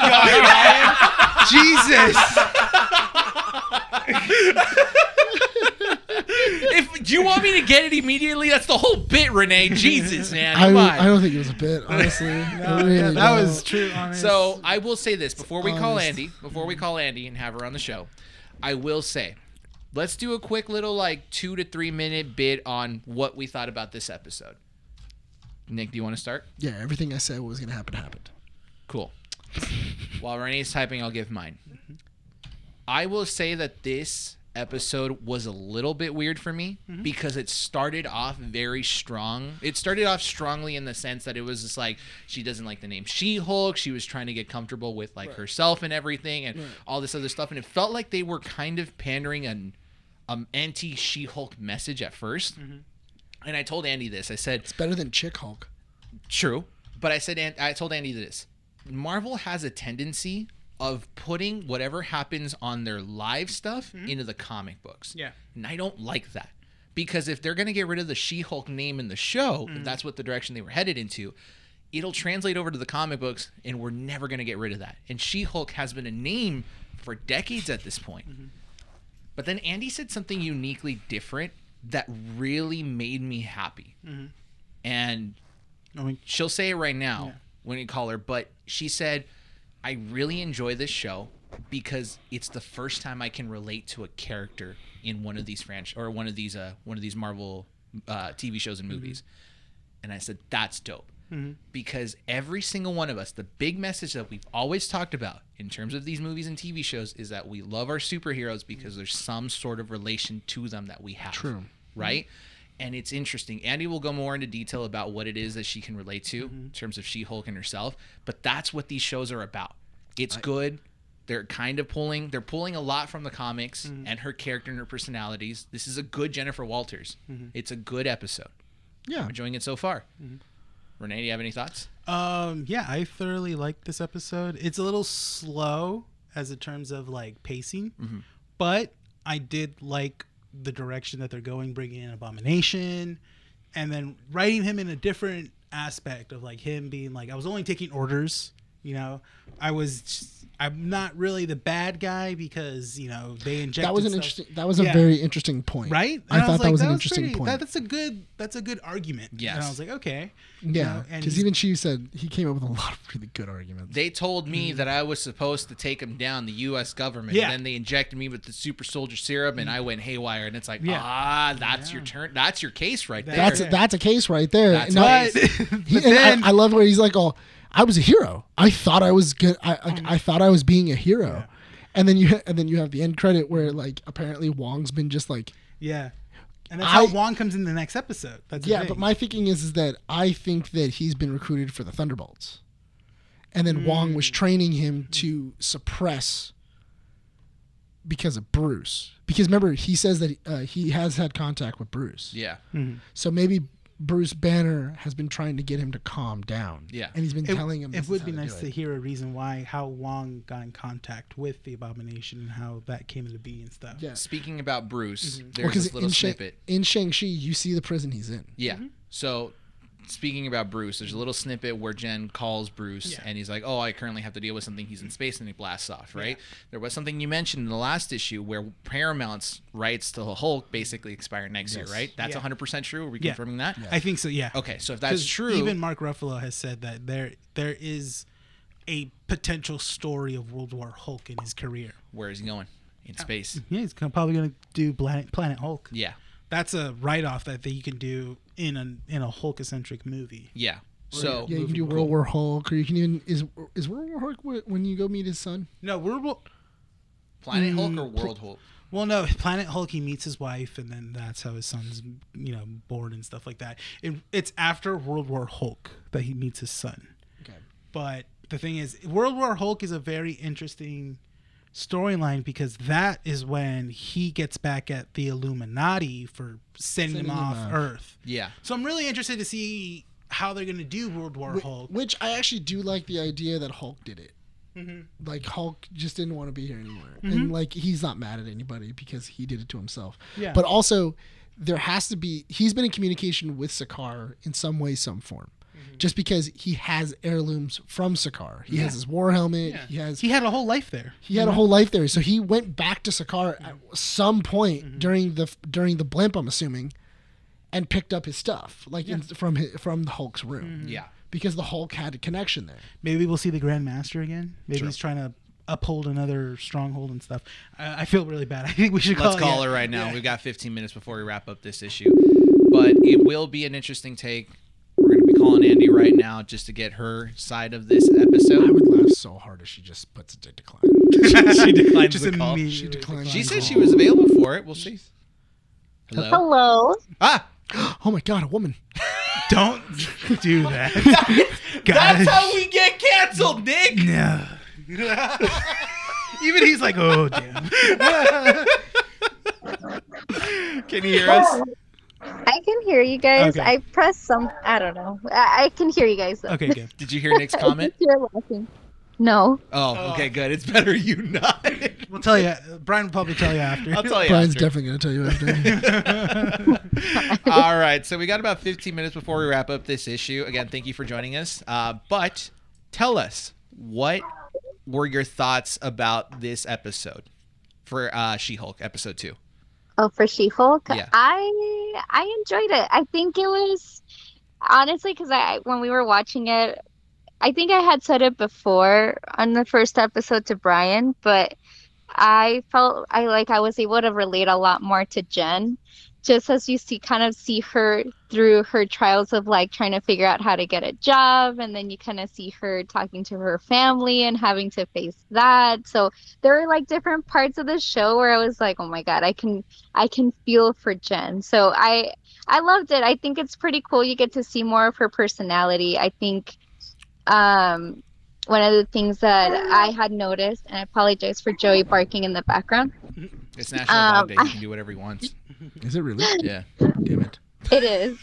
god, Ryan. Jesus.
if do you want me to get it immediately, that's the whole bit, Renee. Jesus, man.
I,
Come on.
I don't think it was a bit, honestly. I
Oh,
really
yeah, that was
don't.
true. Honest.
So I will say this before we call
honest.
Andy, before we call Andy and have her on the show, I will say, let's do a quick little like two to three minute bit on what we thought about this episode. Nick, do you want to start?
yeah. Everything I said what was gonna happen happened.
Cool. While Renee's typing, I'll give mine. I will say that this episode was a little bit weird for me because it started off very strong. It started off strongly in the sense that it was just like she doesn't like the name She-Hulk. She was trying to get comfortable with like herself and everything and all this other stuff and it felt like they were kind of pandering an um anti She-Hulk message at 1st And I told Andy this. I said,
Better than Chick Hulk.
True, but I said and I told Andy this. Marvel has a tendency of putting whatever happens on their live stuff into the comic books.
Yeah.
and I don't like that because if they're going to get rid of the She-Hulk name in the show, if that's what the direction they were headed into, it'll translate over to the comic books, and we're never going to get rid of that. And She-Hulk has been a name for decades at this point. But then Andy said something uniquely different that really made me happy. And
I mean,
she'll say it right now when you call her, but she said, I really enjoy this show because it's the first time I can relate to a character in one of these franch or one of these uh one of these Marvel uh, TV shows and movies. And I said, that's dope. Because every single one of us, the big message that we've always talked about in terms of these movies and TV shows is that we love our superheroes because there's some sort of relation to them that we have.
True.
Right? And it's interesting. Andy will go more into detail about what it is that she can relate to in terms of She Hulk and herself, but that's what these shows are about. It's good. They're kind of pulling, they're pulling a lot from the comics and her character and her personalities. This is a good Jennifer Walters. It's a good episode
Yeah.
enjoying it so far.
Mm-hmm.
Renee, do you have any thoughts?
um, yeah, I thoroughly liked this episode. It's a little slow as in terms of like pacing,
Mm-hmm.
but I did like the direction that they're going, bringing in Abomination, and then writing him in a different aspect of like him being like, I was only taking orders You know, I was just- I'm not really the bad guy because you know they injected.
That was an
stuff-
interesting. That was a
Yeah.
very interesting point.
right?
I
And
thought that was an interesting
pretty-
point.
that- that's a good. That's a good argument.
Yes.
And I was like, okay. you
yeah,
know, and
because even she said he came up with a lot of really good arguments.
They told me
Mm-hmm.
that I was supposed to take them down, the U.S. government.
Yeah.
Then they injected me with the super soldier serum, and I
Mm-hmm.
went haywire. And it's like,
Yeah.
ah, that's your turn. That's your case right there.
That's
There.
that's a case right there.
That's
No,
right.
but,
he-
but
and I-
then
I, love where he's like, "Oh, I was a hero. I thought I was good. I, I,
Mm-hmm.
I thought I was being a hero." And then you and then you have the end credit where like apparently Wong's been just like
yeah, and that's
I-
how Wong comes in the next episode. That's the
yeah,
thing.
but my thinking is is that I think that he's been recruited for the Thunderbolts, and then Wong
Mm.
was training him to suppress because of Bruce. Because remember, he says that uh, he has had contact with Bruce.
yeah.
So maybe Bruce Banner has been trying to get him to calm down.
Yeah.
and he's been
it,
telling him.
it
this
would
is
be
how to
nice
do
to
it.
hear a reason why how Wong got in contact with the Abomination and how that came into being and stuff.
Yeah.
Speaking about Bruce,
Mm-hmm. Well,
there's
'cause
this little
in, Shang-
snippet.
in Shang-Chi, you see the prison he's in.
Yeah.
Mm-hmm.
So speaking about Bruce, there's a little snippet where Jen calls Bruce
Yeah.
and he's like, "Oh, I currently have to deal with something. He's in space and he blasts off." Right. There was something you mentioned in the last issue where Paramount's rights to the Hulk basically expire next year.
Yes.
Right. That's
Yeah.
100 percent true. Are we
Yeah.
confirming that?
I think so. Yeah.
Okay. So if that's
'Cause
true,
Even Mark Ruffalo has said that there there is a potential story of World War Hulk in his career.
where is he going?
Oh.
In space.
Yeah, he's gonna- probably going to do Planet, Planet Hulk.
Yeah.
That's a write off that, that you can do in a in a Hulk centric movie.
Yeah. So
Yeah, you can do World War Hulk, or you can even is is World War Hulk wh- when you go meet his son.
No, we're well,
Planet Hulk or World Hulk?
well, no. Planet Hulk, he meets his wife, and then that's how his son's you know born and stuff like that. It, it's after World War Hulk that he meets his son.
Okay.
But the thing is, World War Hulk is a very interesting storyline because that is when he gets back at the Illuminati for sending,
Sending
him,
him
off,
off.
Earth.
Yeah.
So I'm really interested to see how they're going to do World War Hulk.
Which I actually do like the idea that Hulk did it.
Mm-hmm.
Like Hulk just didn't want to be here anymore, and like he's not mad at anybody because he did it to himself.
Yeah.
But also, there has to be he's been in communication with Sakaar in some way, some form.
Mm-hmm.
Just because he has heirlooms from Sakaar, he has his war helmet. He has
He had a whole life there.
He had a whole life there, so he went back to Sakaar at some point during the during the blimp, I'm assuming, and picked up his stuff like in, from his, from the Hulk's room.
Yeah.
because the Hulk had a connection there.
Maybe we'll see the Grand Master again. Maybe he's trying to uphold another stronghold and stuff. I, I feel really bad. I think we should call
Let's call
yeah.
her right now.
Yeah.
We've got 15 minutes before we wrap up this issue. But it will be an interesting take. We're going to be calling Andy right now just to get her side of this
I
episode.
would laugh so hard if she just puts it to decline.
she Oh. declined
Just
the call.
immediately
She declined.
She
the
said
call.
she was available for it. We'll see. Hello?
Hello.
Ah!
Oh my god, a woman!
Don't do that.
That's
Guys.
how we get canceled, Nick!
No. Even he's like, oh damn.
Can you hear us?
I can hear you guys.
Okay.
I pressed some. I don't know. I, I can hear you guys. Though.
Okay, good.
Did you hear Nick's comment?
You're laughing. No.
Oh, okay, good. It's better you not.
We'll tell you. Brian will probably tell you after.
I'll tell you.
Brian's
after.
definitely gonna tell you after.
All right, so we got about 15 minutes before we wrap up this issue. Again, thank you for joining us. Uh, but tell us what were your thoughts about this episode for uh, She-Hulk episode two?
Oh, for She-Hulk.
Yeah.
I I enjoyed it. I think it was honestly because I when we were watching it, I think I had said it before on the first episode to Brian, but I felt I like I was able to relate a lot more to Jen, just as you see kind of see her through her trials of like trying to figure out how to get a job, and then you kind of see her talking to her family and having to face that. So there were like different parts of the show where I was like, oh my god, I can I can feel for Jen. So I I loved it. I think it's pretty cool. You get to see more of her personality. I think um, one of the things that I had noticed, and I apologize for Joey barking in the background.
It's National
Um,
Dog Day. You can do whatever he wants.
Is it really?
Yeah.
Damn it!
It is.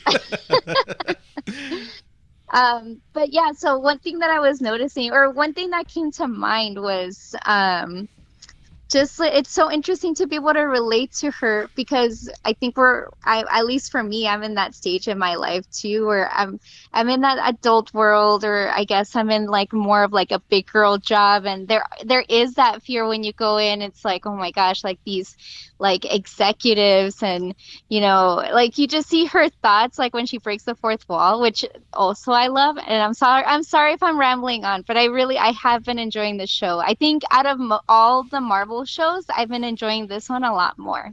um, but yeah, so one thing that I was noticing, or one thing that came to mind was um, just like it's so interesting to be able to relate to her because I think we're I at least for me I'm in that stage in my life too where I'm I'm in that adult world or I guess I'm in like more of like a big girl job and there there is that fear when you go in it's like oh my gosh like these like executives and you know like you just see her thoughts like when she breaks the fourth wall which also I love and I'm sorry I'm sorry if I'm rambling on but I really I have been enjoying the show I think out of mo- all the Marvel shows I've been enjoying this one a lot more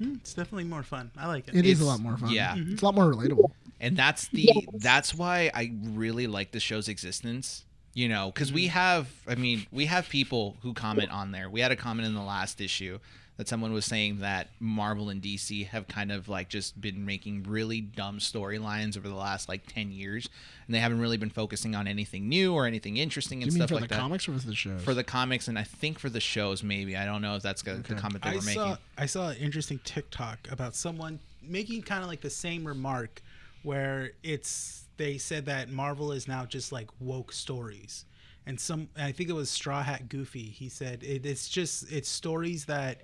Mm, It's definitely more fun. I like it.
It
It's-
is a lot more fun.
yeah.
It's a lot more relatable.
and that's the
Yes.
that's why I really like the show's existence. You know, because we have, I mean, we have people who comment on there. We had a comment in the last issue that someone was saying that Marvel and DC have kind of like just been making really dumb storylines over the last like ten years, and they haven't really been focusing on anything new or anything interesting
Do
and
you mean
stuff
for
like
the
that
comics or for the show?
for the comics and I think for the shows maybe. I don't know if that's the- the
Okay.
comment they
I
were making.
saw I saw an interesting TikTok about someone making kind of like the same remark where it's they said that Marvel is now just like woke stories. And some and I think it was Straw Hat Goofy. He said it, it's just it's stories that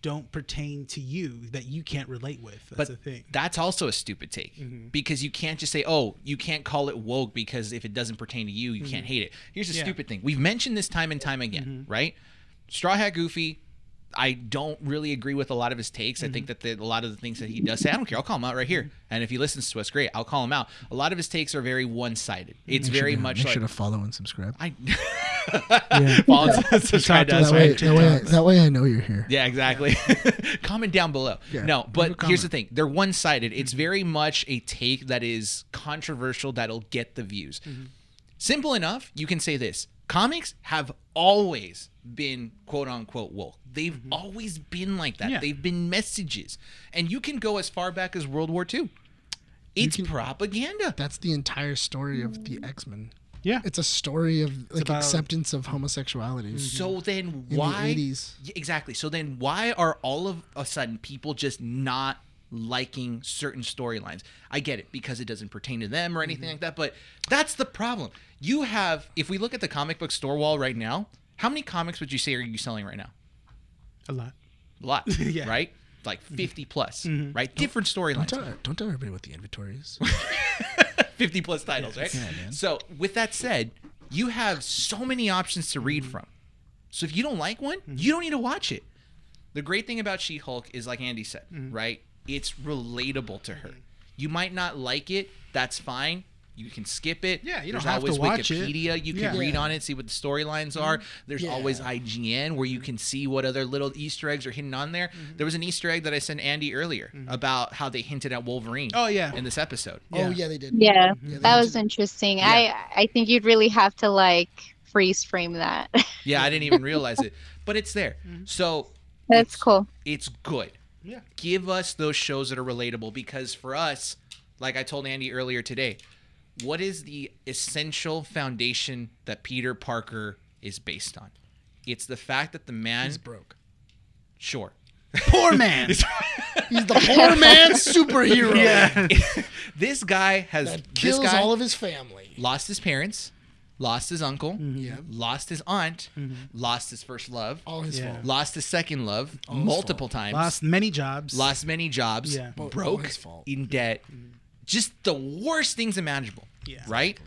don't pertain to you that you can't relate with. That's the
But-
thing.
That's also a stupid take because you can't just say, "Oh, you can't call it woke because if it doesn't pertain to you, you can't hate it." Here's the
Yeah.
stupid thing: we've mentioned this time and time again, right? Straw Hat Goofy. I don't really agree with a lot of his takes. I think that the, a lot of the things that he does say, I don't care. I'll call him out right here. And if he listens to us, great. I'll call him out. A lot of his takes are very one-sided. It's very much
Make
like
sure to follow and subscribe.
I
Yeah.
Follow and subscribe to
Talk to
us,
That
right?
That's
way,
right,
that, way,
TikToks.
that way I know you're here.
Yeah, exactly. comment down below.
Yeah,
no,
leave
but
a
here's
comment. Mm-hmm.
the thing: they're one-sided. It's very much a take that is controversial that'll get the views.
Mm-hmm.
Simple enough. You can say this: comics have always been quote unquote woke. They've
Mm-hmm.
always been like that.
Yeah.
They've been messages, and you can go as far back as World War II. It's
can- Mm-hmm.
propaganda.
That's the entire story of the X Men.
Yeah.
Mm. It's Mm-hmm. a story of like
about-
acceptance of homosexuality.
So then,
In
why?
the 80s.
Yeah, exactly. So then why are all of a sudden people just not liking certain storylines? I get it because it doesn't pertain to them or anything like that, but that's the problem. You have if we look at the comic book store wall right now, how many comics would you say are you selling right now?
A lot.
A lot,
Yeah.
right? Like 50 plus, right? Different
Don't
storylines.
tell, don't tell everybody what the inventory is.
50 plus titles, right?
Yeah, man.
So, with that said, you have so many options to read from. So, if you don't like one,
Mm-hmm.
you don't need to watch it. The great thing about She Hulk is, like Andy said,
Mm-hmm.
right? It's relatable to her. You might not like it, that's fine. You can skip it.
Yeah, you don't
There's
have to
always
watch it.
Wikipedia. You can
Yeah. Mm-hmm.
read on it, see what the storylines are. There's
Yeah.
always IGN where you can see what other little Easter eggs are hidden on there.
Mm-hmm.
There was an Easter egg that I sent Andy earlier about how they hinted at Wolverine.
Oh, yeah.
in this episode.
Oh, yeah, they did.
yeah
Yeah, they
that
did.
was interesting I I think you'd really have to like freeze frame that
Yeah, I didn't even realize it, but it's there. So
that's cool
it's good.
Yeah.
Give us those shows that are relatable because for us, like I told Andy earlier today, what is the essential foundation that Peter Parker is based on? It's the fact that the man,
He's broke.
sure,
Poor man.
He's the poor man's superhero.
yeah.
this guy has
That
this
kills
guy
all of his family.
lost his parents, lost his uncle,
Yeah.
lost his aunt, lost his first love,
Mm-hmm. All his
Yeah.
fault.
lost his second love
his
multiple times,
Lost many jobs.
lost many jobs,
Yeah. Mm-hmm.
Well,
broke,
his fault.
in debt, just the worst things imaginable.
Yeah.
Right?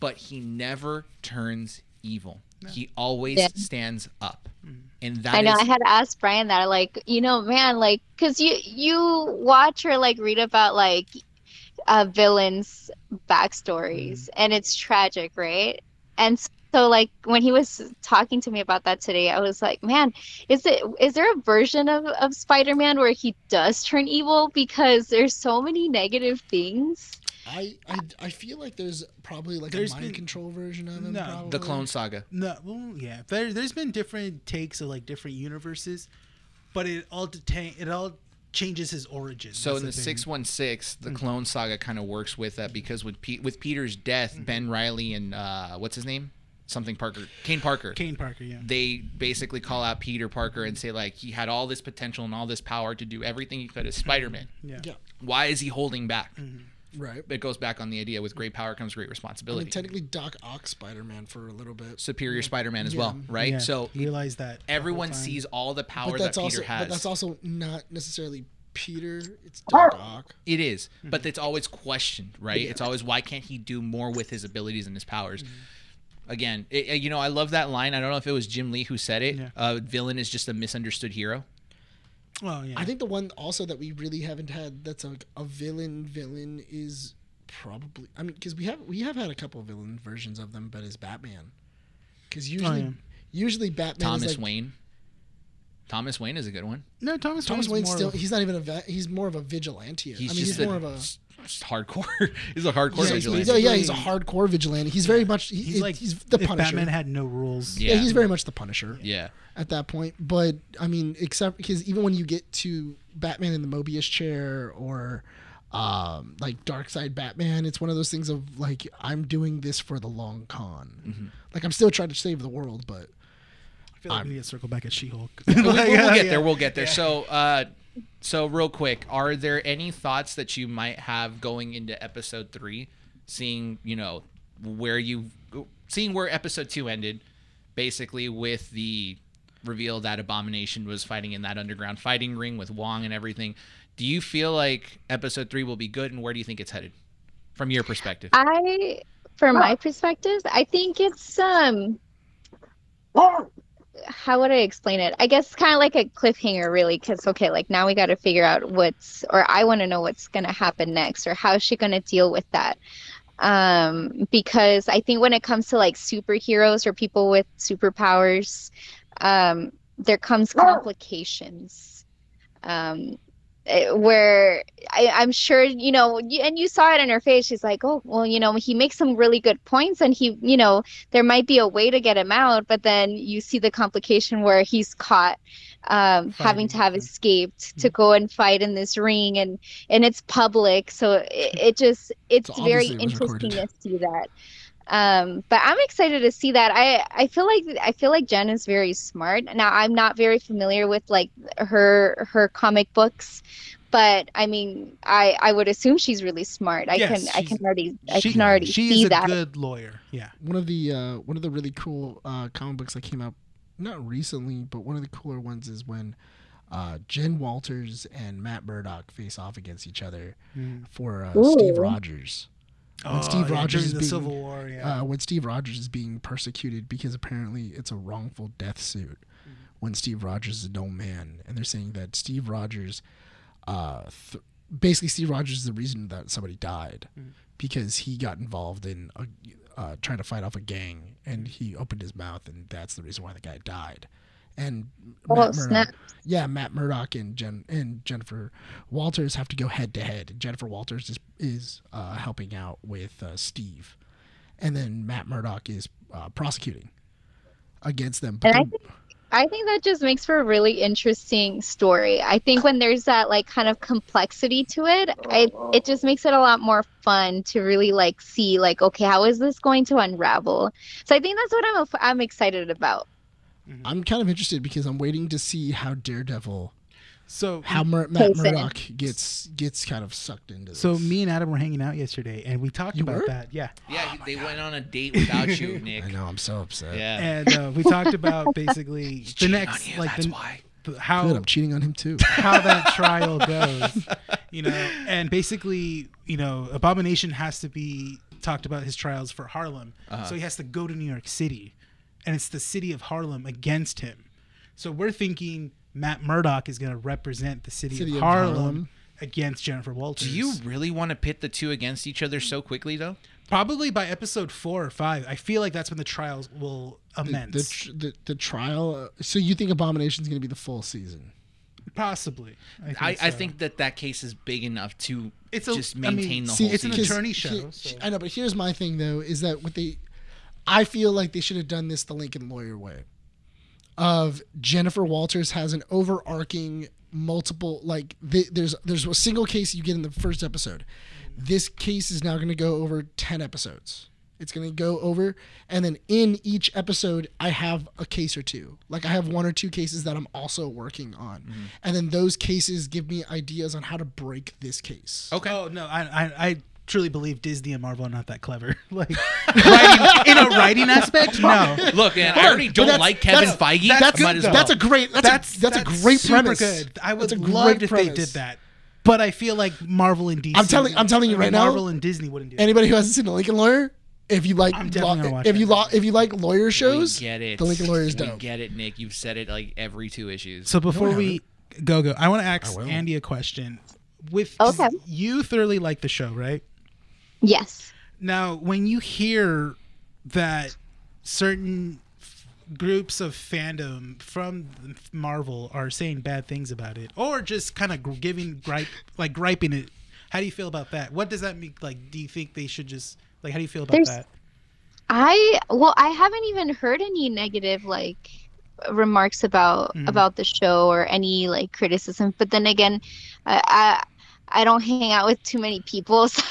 But he never turns evil. He always
Yeah.
stands up.
Mm-hmm.
And that
I know.
is-
I had to ask Brian that. Like, you know, man, like, cause you you watch or like read about like uh, villains' backstories,
Mm.
and it's tragic, right? And so, like, when he was talking to me about that today, I was like, man, is it is there a version of of Spider-Man where he does turn evil? Because there's so many negative things.
I, I, I feel like there's probably like
There's
a mind
been-
control version of him.
No.
probably.
the clone saga.
No, well, yeah. There, there's been different takes of like different universes, but it all detain it all changes his origin.
So
That's
in the
thing. Mm-hmm.
six one six, the clone saga kind of works with that because with Pe- with Peter's death,
Mm-hmm.
Ben Riley and uh, what's his name, something Parker, Kane Parker,
Kane Parker, yeah,
they basically call out Peter Parker and say like he had all this
Mm-hmm.
potential and all this power to do everything he could as Spider Man.
yeah,
Yeah.
Why is he holding back?
Right.
It goes back on the idea with great power comes great
I
responsibility.
mean, technically, Doc Ock Spider Man for a little bit.
Superior Spider-Man as
Yeah.
well, right?
Yeah,
So
realize that the whole
everyone
time.
sees all the power
But
that
that's
Peter
also
has.
but that's also not necessarily Peter. It's Doc.
It is, but it's always questioned, right? It's always why can't he do more with his abilities and his powers?
Mm-hmm.
Again, it, it- you know, I love that line. I don't know if it was Jim Lee who said it.
Yeah.
Uh, villain is just a misunderstood hero.
Well, yeah.
I think the one also that we really haven't had that's like a villain villain is probably I mean because we have we have had a couple villain versions of them, but it's Batman. Because usually
yeah.
usually Batman
Oh, Thomas
is like,
Wayne. Thomas Wayne is a good one.
no, Thomas,
Thomas Wayne's
Wayne's more
still
of-
he's not even a va- he's more of a vigilante.
He's
I mean
just
he's
a,
more of a
s- s- hardcore. he's a hardcore
yeah, he's,
vigilante.
yeah, yeah, he's a hardcore vigilante. He's very much he,
he's like
he's the
if
Punisher.
Batman had no rules.
Yeah.
yeah. he's very much the Punisher.
yeah.
at that point. But I mean, except because even when you get to Batman in the Mobius chair or um, like Dark Side Batman, it's one of those things of like I'm doing this for the long con. Like I'm still trying to save the world, but
I feel like we need to circle back at She-Hulk.
We- we- we'll, get there. We'll get there. So, uh, so real quick, are there any thoughts that you might have going into episode three, seeing you know where you, seeing where episode two ended, basically with the reveal that Abomination was fighting in that underground fighting ring with Wong and everything. Do you feel like episode three will be good, and where do you think it's headed, from your perspective?
Uh, I, from my perspective, I think it's um, how would I explain it? I guess kind of like a cliffhanger, really, because okay, like now we got to figure out what's, or I want to know what's gonna happen next, or how is she gonna deal with that? Um, because I think when it comes to like superheroes or people with superpowers, um, there comes complications. Um, eh, where I, I'm sure you know, you- and you saw it in her face. She's like, "Oh, well, you know, he makes some really good points, and he, you know, there might be a way to get him out." But then you see the complication where he's caught um, having
Fighting,
to have
yeah. Mm-hmm.
escaped to go and fight in this ring, and and it's public, so it, it just it's
So
very
obviously it was
interesting to
recorded.
see that. Um, but I'm excited to see that. I I feel like I feel like Jen is very smart. Now I'm not very familiar with like her her comic books, but I mean I I would assume she's really smart. I
Yes,
can I
she's-
can already I
She-
can already
she
see
is a
that.
good lawyer. Yeah.
one of the uh, one of the really cool uh, comic books that came out not recently, but one of the cooler ones is when uh, Jen Walters and Matt Murdock face off against each other for uh, Steve
Ooh.
Rogers.
Oh,
Steve
yeah,
Rogers
during
is
the
being-
Civil War. Yeah.
uh, when Steve Rogers is being persecuted because apparently it's a wrongful death suit when Steve Rogers is an old man. And they're saying that Steve Rogers, uh, th- basically, Steve Rogers is the reason that somebody died because he got involved in a, uh, trying to fight off a gang and he opened his mouth, and that's the reason why the guy died. And
Oh,
Matt
snap.
Murdock, yeah, Matt Murdock and Jen and Jennifer Walters have to go head to head. Jennifer Walters is is uh, helping out with uh, Steve and then Matt Murdock is uh, prosecuting against them. But
And I
the-
I think that just makes for a really interesting story. I think when there's that like kind of complexity to it, I it just makes it a lot more fun to really like see like okay, how is this going to unravel? So I think that's what I'm I'm excited about.
I'm kind of interested because I'm waiting to see how Daredevil,
so
how Mur- Matt
Jason.
Murdock gets gets kind of sucked into. This.
so me and Adam were hanging out yesterday, and we talked
You
about
were?
that. Yeah.
yeah, they went on a date without you, Nick.
I know I'm so upset.
Yeah.
And uh, we talked about basically the next, like
that's
the,
why.
the- how
Good, I'm cheating on him too.
how that trial goes, you know, and basically, you know, Abomination has to be talked about his trials for Harlem,
Uh-huh.
so he has to go to New York City, and it's the city of Harlem against him. So we're thinking Matt Murdock is going to represent the city,
City
of,
of
Harlem,
Harlem.
against Jennifer Walters.
Do you really want to pit the two against each other so quickly, though?
probably by episode four or five? I feel like that's when the trials will
The,
amend,
the, tr- the, the trial. uh, So you think Abomination's going to be the full season?
possibly.
I,
uh,
I
so.
think that that case is big enough to
It's a-
just
I mean,
maintain the
see,
whole
it's an
season.
attorney-
Because
show,
he-
so-
I know, but here's my thing though: is that what they, I feel like they should have done this the Lincoln Lawyer way, of Jennifer Walters has an overarching multiple like th- there's there's a single case you get in the first episode. This case is now going to go over ten episodes. It's going to go over, and then in each episode, I have a case or two. Like I have one or two cases that I'm also working on,
Mm-hmm.
and then those cases give me ideas on how to break this case.
Okay.
Oh no, I I, I truly believe Disney and Marvel are not that clever. Like writing, in a writing aspect, no.
Look, man, I
Hold on,
already
but
don't
that's-
like Kevin
that's-
Feige.
That's,
I might as well.
that's a great. That's, a, that's, a great
super
premise.
Good. I would
That's a
love
great
if they
premise.
did that, but I feel like Marvel and DC.
I'm telling- I'm telling you
I mean,
right now,
Marvel and Disney wouldn't do it.
Anybody who hasn't seen The Lincoln Lawyer, if you like,
I'm definitely gonna watch
if you
that.
lo- if you like lawyer
we
shows,
get it.
The Lincoln Lawyer is
We
dope.
get it, Nick. You've said it like every two issues.
So before we go go, I want to ask
I will.
Andy a question. With 'cause
Okay.
you thoroughly like the show, right?
Yes.
Now, when you hear that certain f- groups of fandom from Marvel are saying bad things about it, or just kind of gr- giving gripe, like griping it, how do you feel about that? What does that mean? Like, do you think they should just like? How do you feel about
There's-
that?
I well, I haven't even heard any negative like remarks about
Mhm.
about the show or any like criticism. But then again, I I, I don't hang out with too many people, so,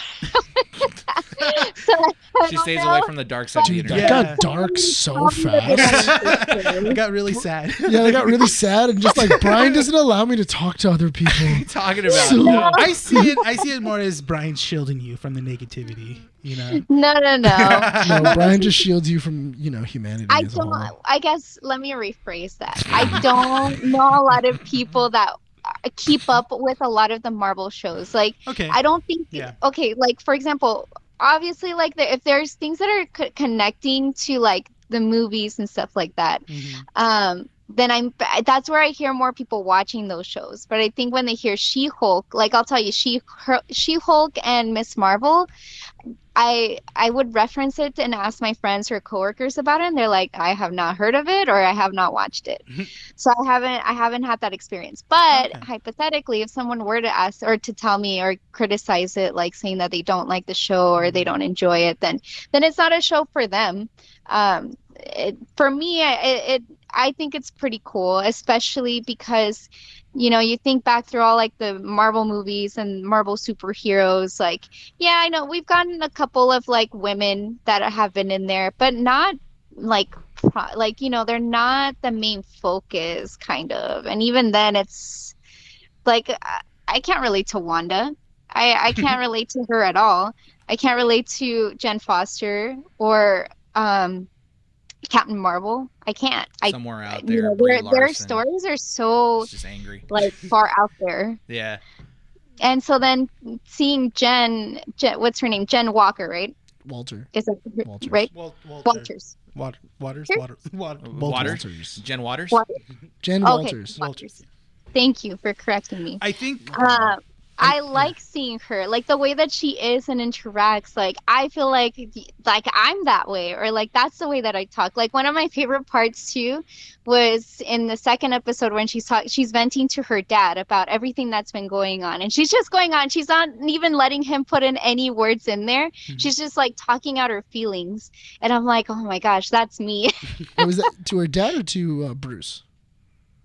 so I
She
don't
stays
know.
away from the dark side of the
Dude,
internet.
that
Yeah.
got dark so fast.
I got really sad.
yeah, they got really sad and just like Brian doesn't allow me to talk to other people.
What are you talking about?
So-
No.
I see it. I see it more as Brian shielding you from the negativity. You know.
No, no, no.
No, Brian just shields you from you know humanity.
I
as a whole.
don't. I guess let me rephrase that. I don't know a lot of people that uh, keep up with a lot of the Marvel shows. Like
Okay.
I don't think.
Yeah.
Okay, like for example, obviously, like the, if there's things that are co- connecting to like the movies and stuff like that,
Mhm.
um, then I'm. That's where I hear more people watching those shows. But I think when they hear She Hulk, like I'll tell you, She She Hulk and Miss Marvel, I I would reference it and ask my friends or coworkers about it, and they're like, I have not heard of it or I have not watched it.
Mhm.
so I haven't I haven't had that experience. But
Okay.
hypothetically, if someone were to ask or to tell me or criticize it, like saying that they don't like the show or they don't enjoy it, then then it's not a show for them. Um, it, for me, I- it, it I think it's pretty cool, especially because, you know, you think back through all like the Marvel movies and Marvel superheroes. Like, yeah, I know we've gotten a couple of like women that have been in there, but not like, pro- like you know, they're not the main focus, kind of. And even then, it's like I- I can't relate to Wanda. I I can't relate to her at all. I can't relate to Jen Foster or um, Captain Marvel. I can't. I
Somewhere out there.
you know,
Brie
their, their
Larson
stories are
is
so
just angry.
like far out there.
Yeah.
And so then seeing Jen, Jen what's her name? Jen Walker, right?
Walter.
Is that her-
Walters.
right?
Wal- Walter.
Walters.
Water, waters,
Sure.
water, water,
Water?
Walters.
Jen Waters?
What?
Jen
Okay.
Walters.
Walters. Thank you for correcting me.
I think
Um, I like seeing her, like the way that she is and interacts. Like I feel like, like I'm that way, or like that's the way that I talk. Like one of my favorite parts too was in the second episode when she's talk, she's venting to her dad about everything that's been going on, and she's just going on. She's not even letting him put in any words in there.
Mm-hmm.
Mhm.
She's just like talking out her feelings, and I'm like, oh my gosh, that's me
What was that to her dad or to uh, Bruce?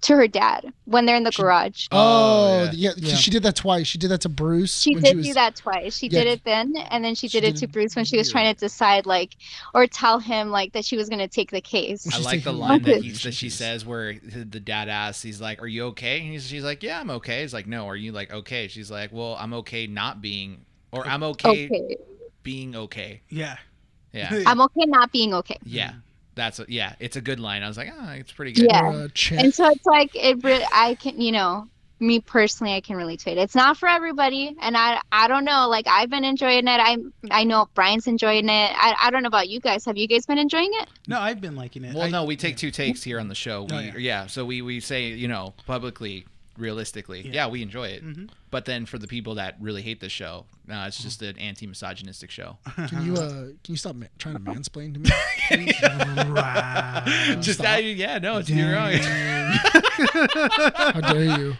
to her dad when they're in the
She-
garage.
Oh, yeah.
yeah. 'cause
Yeah.
She did that twice. She did that to Bruce.
She
when
did
was,
do that twice. She
Yeah.
did it then, and then she
She
did it
did
to
it
Bruce when she was
here.
trying to decide, like, or tell him, like, that she was going to take the case.
She's
I like the
taking
line that,
photos.
he, that she says where the dad asks, he's like, Are you okay? And he's, she's like, Yeah, I'm okay. He's like, No, are you like okay? She's like, Well, I'm okay not being, or I'm okay,
Okay.
being okay.
yeah.
Yeah.
I'm okay not being okay.
Yeah. That's, a, yeah, it's a good line. I was like, Ah, it's pretty good.
Yeah.
Or, uh, Chet.
And so it's like, it, re- I can, you know, me personally, I can relate to it. It's not for everybody. And I, I don't know, like, I've been enjoying it. I, I know Brian's enjoying it. I, I don't know about you guys. Have you guys been enjoying it?
No, I've been liking it.
Well,
I-
no, we take two takes here on the show. We,
Oh,
yeah.
yeah.
so we, we say, you know, publicly, realistically, yeah,
Yeah.
we enjoy it.
Mhm.
But then for the people that really hate the show, no, it's just an anti-misogynistic show.
Can
Uh-huh.
you uh, can you stop ma- trying to mansplain to me?
Wow.
just
Stop.
I, yeah, no, it's, you're right.
How dare you?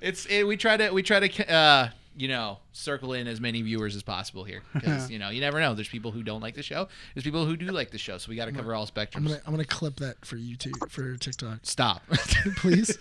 It's it, we try to we try to uh, you know circle in as many viewers as possible here because you know you never know. There's people who don't like the show. There's people who do like the show. So we got to cover all spectrums.
I'm gonna I'm gonna clip that for YouTube for TikTok,
Stop.
please.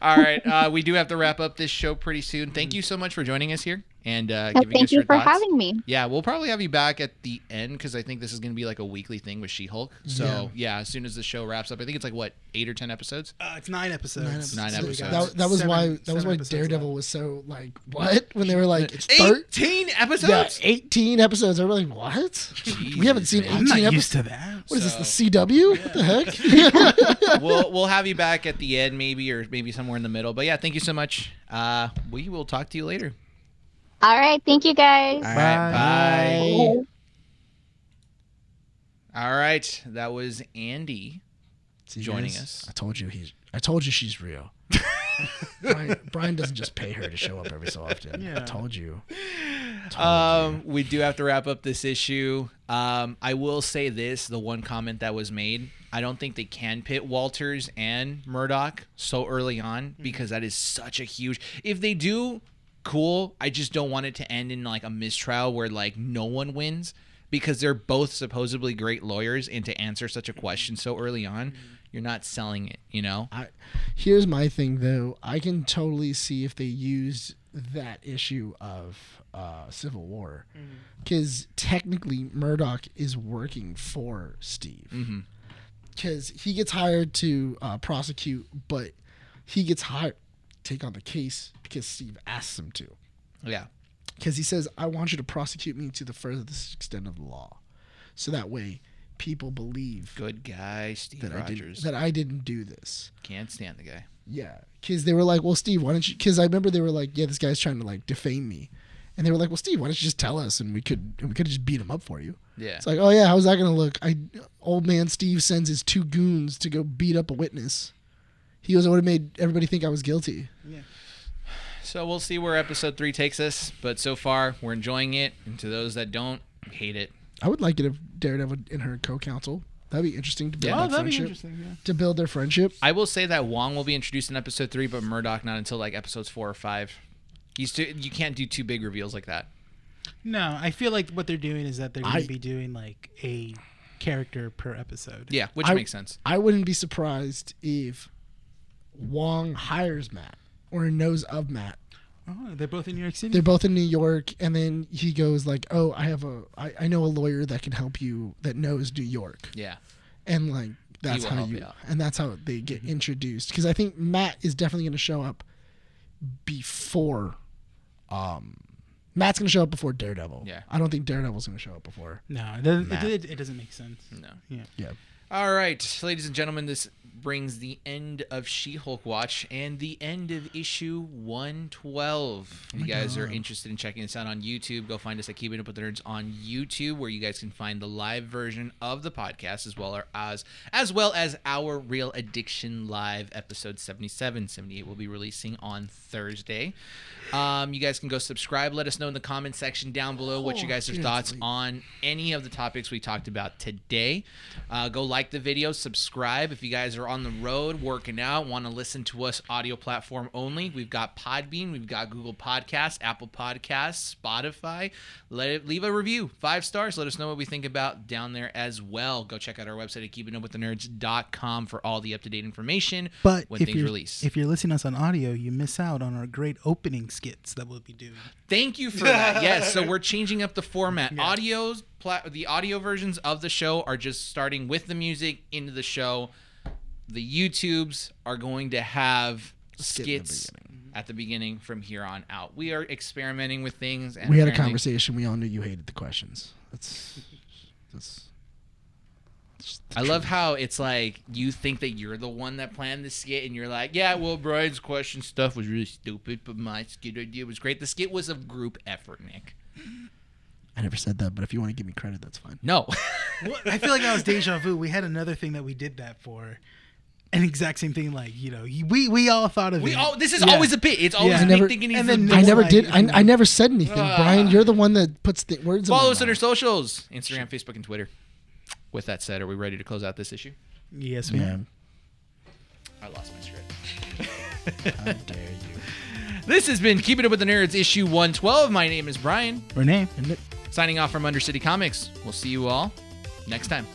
all right, uh, we do have to wrap up this show pretty soon. Thank you so much for joining us here and uh,
No,
giving
thank
us your
you for
thoughts.
having me.
Yeah, we'll probably have you back at the end because I think this is going to be like a weekly thing with She Hulk. So yeah.
Yeah.
as soon as the show wraps up, I think it's like what eight or ten episodes.
Uh, it's nine episodes.
Nine
Nine episodes.
So we
episodes.
got
That, that was
seven-
why that was
seven
why
episodes
Daredevil
left.
was so like what when they were like thir-
18
yeah,
episodes?
18 episodes. I'm like, what? we haven't seen 18
I'm not
episodes.
used to that.
What is this,
So-
the CW? What the heck?
we'll we'll have you back at the end maybe or maybe somewhere in the middle. But yeah, thank you so much. Uh, we will talk to you later.
All right. Thank you guys.
All
Bye.
right, bye.
Bye.
All right, that was Andy.
See,
Joining
guys,
us.
I told you he's. I told you she's real. Brian, Brian doesn't just pay her to show up every so often. I
Yeah.
told you. Told you.
Um, we do have to wrap up this issue. Um, I will say this: the one comment that was made, I don't think they can pit Walters and Murdoch so early on because that is such a huge. If they do, cool. I just don't want it to end in like a mistrial where like no one wins because they're both supposedly great lawyers, and to answer such a question so early on, you're not selling it. You know?
I, here's my thing though. I can totally see if they used that issue of uh, Civil War, because technically Murdoch is working for
Mm-hmm.
Steve, because he gets hired to uh, prosecute, but he gets hired take on the case because Steve asks him to.
Yeah.
because he says, "I want you to prosecute me to the furthest extent of the law," so that way people believe
Good guy, Steve
that I didn't
Rogers.
that I didn't do this.
Can't stand the guy.
Yeah, because they were like, "Well, Steve, why don't you?" Because I remember they were like, "Yeah, this guy's trying to like defame me," and they were like, "Well, Steve, why don't you just tell us and we could and we could just beat him up for you?"
Yeah.
It's like, "Oh yeah, how's that gonna look?" I old man Steve sends his two goons to go beat up a witness. He goes, "I would have made everybody think I was guilty."
So we'll see where episode three takes us, but so far we're enjoying it. And to those that don't, hate it.
I would like it if Daredevil and her co-counsel. That'd be interesting to build
Yeah.
Oh,
that
that'd be
friendship.
interesting. Yeah.
To build their friendship.
I will say that Wong will be introduced in episode three, but Murdoch not until like episodes four or five. He's too, you can't do two big reveals like that.
No, I feel like what they're doing is that they're going
I-
to be doing like a character per episode.
Yeah, which
I-
makes sense.
I wouldn't be surprised if Wong hires Matt or knows of Matt.
Oh, they're both in New York City.
They're both in New York, and then he goes like, "Oh, I have a, I, I know a lawyer that can help you that knows New York,"
Yeah,
and like that's
will
how
help
you,
you out. Mm-hmm.
and that's how they get introduced. Because I think Matt is definitely going to show up before, um, Matt's going to show up before Daredevil.
Yeah.
I don't think Daredevil's going to show up before.
no, it doesn't, it, it, it doesn't make sense.
no.
Yeah.
Yeah.
All right, ladies and gentlemen, this brings the end of She-Hulk Watch and the end of issue 112. If you guys are interested in checking us out on YouTube, go find us at Keeping Up With The Nerds on YouTube, where you guys can find the live version of the podcast as well or as as well as our Real Addiction Live episode 77. 78 will be releasing on Thursday. Um, you guys can go subscribe. Let us know in the comment section down below what you guys' are thoughts on any of the topics we talked about today. Uh, go like the video, subscribe. If you guys are on the road, working out, want to listen to us audio platform only, we've got Podbean, we've got Google Podcasts, Apple Podcasts, Spotify. Let it, leave a review, five stars. Let us know what we think about down there as well. Go check out our website at keepingupwiththenerds.com for all the up to date information
But
when
if
things
you're
release.
if you're listening to us on audio, you miss out on our great opening skits that we'll be doing.
Thank you for that. Yes, so we're changing up the format. Audios, pla- the audio versions of the show are just starting with the music into the show. The YouTubes are going to have
Skit in the
skits Mhm. at the beginning from here on out. We are experimenting with things. And
we had a
apparently-
conversation. We all knew you hated the questions. That's that's. that's the
I love
truth.
how it's like you think that you're the one that planned the skit, and you're like, "Yeah, well, Brian's question stuff was really stupid, but my skit idea was great." The skit was a group effort, Nick.
I never said that, but if you want to give me credit, that's fine.
No.
What- I feel like that was deja vu. We had another thing that we did that for, an exact same thing. Like you know, you- we we all thought of
We
it.
all, this is
Yeah.
always a bit. It's always
I
Nick
never-
thinking he's
and
the
then
best.
I
It's
never
like-
did. I, I never said anything.
Ah.
Brian, you're the one that puts the words. in
Follow
my
us on our
mouth.
socials Instagram, Facebook, and Twitter. With that said, are we ready to close out this issue?
yes, we
Yeah,
I lost my script.
how dare you?
This has been Keeping Up with the Nerds, issue 112. My name is Brian,
Renee.
And it-
signing off from Undercity Comics. We'll see you all next time.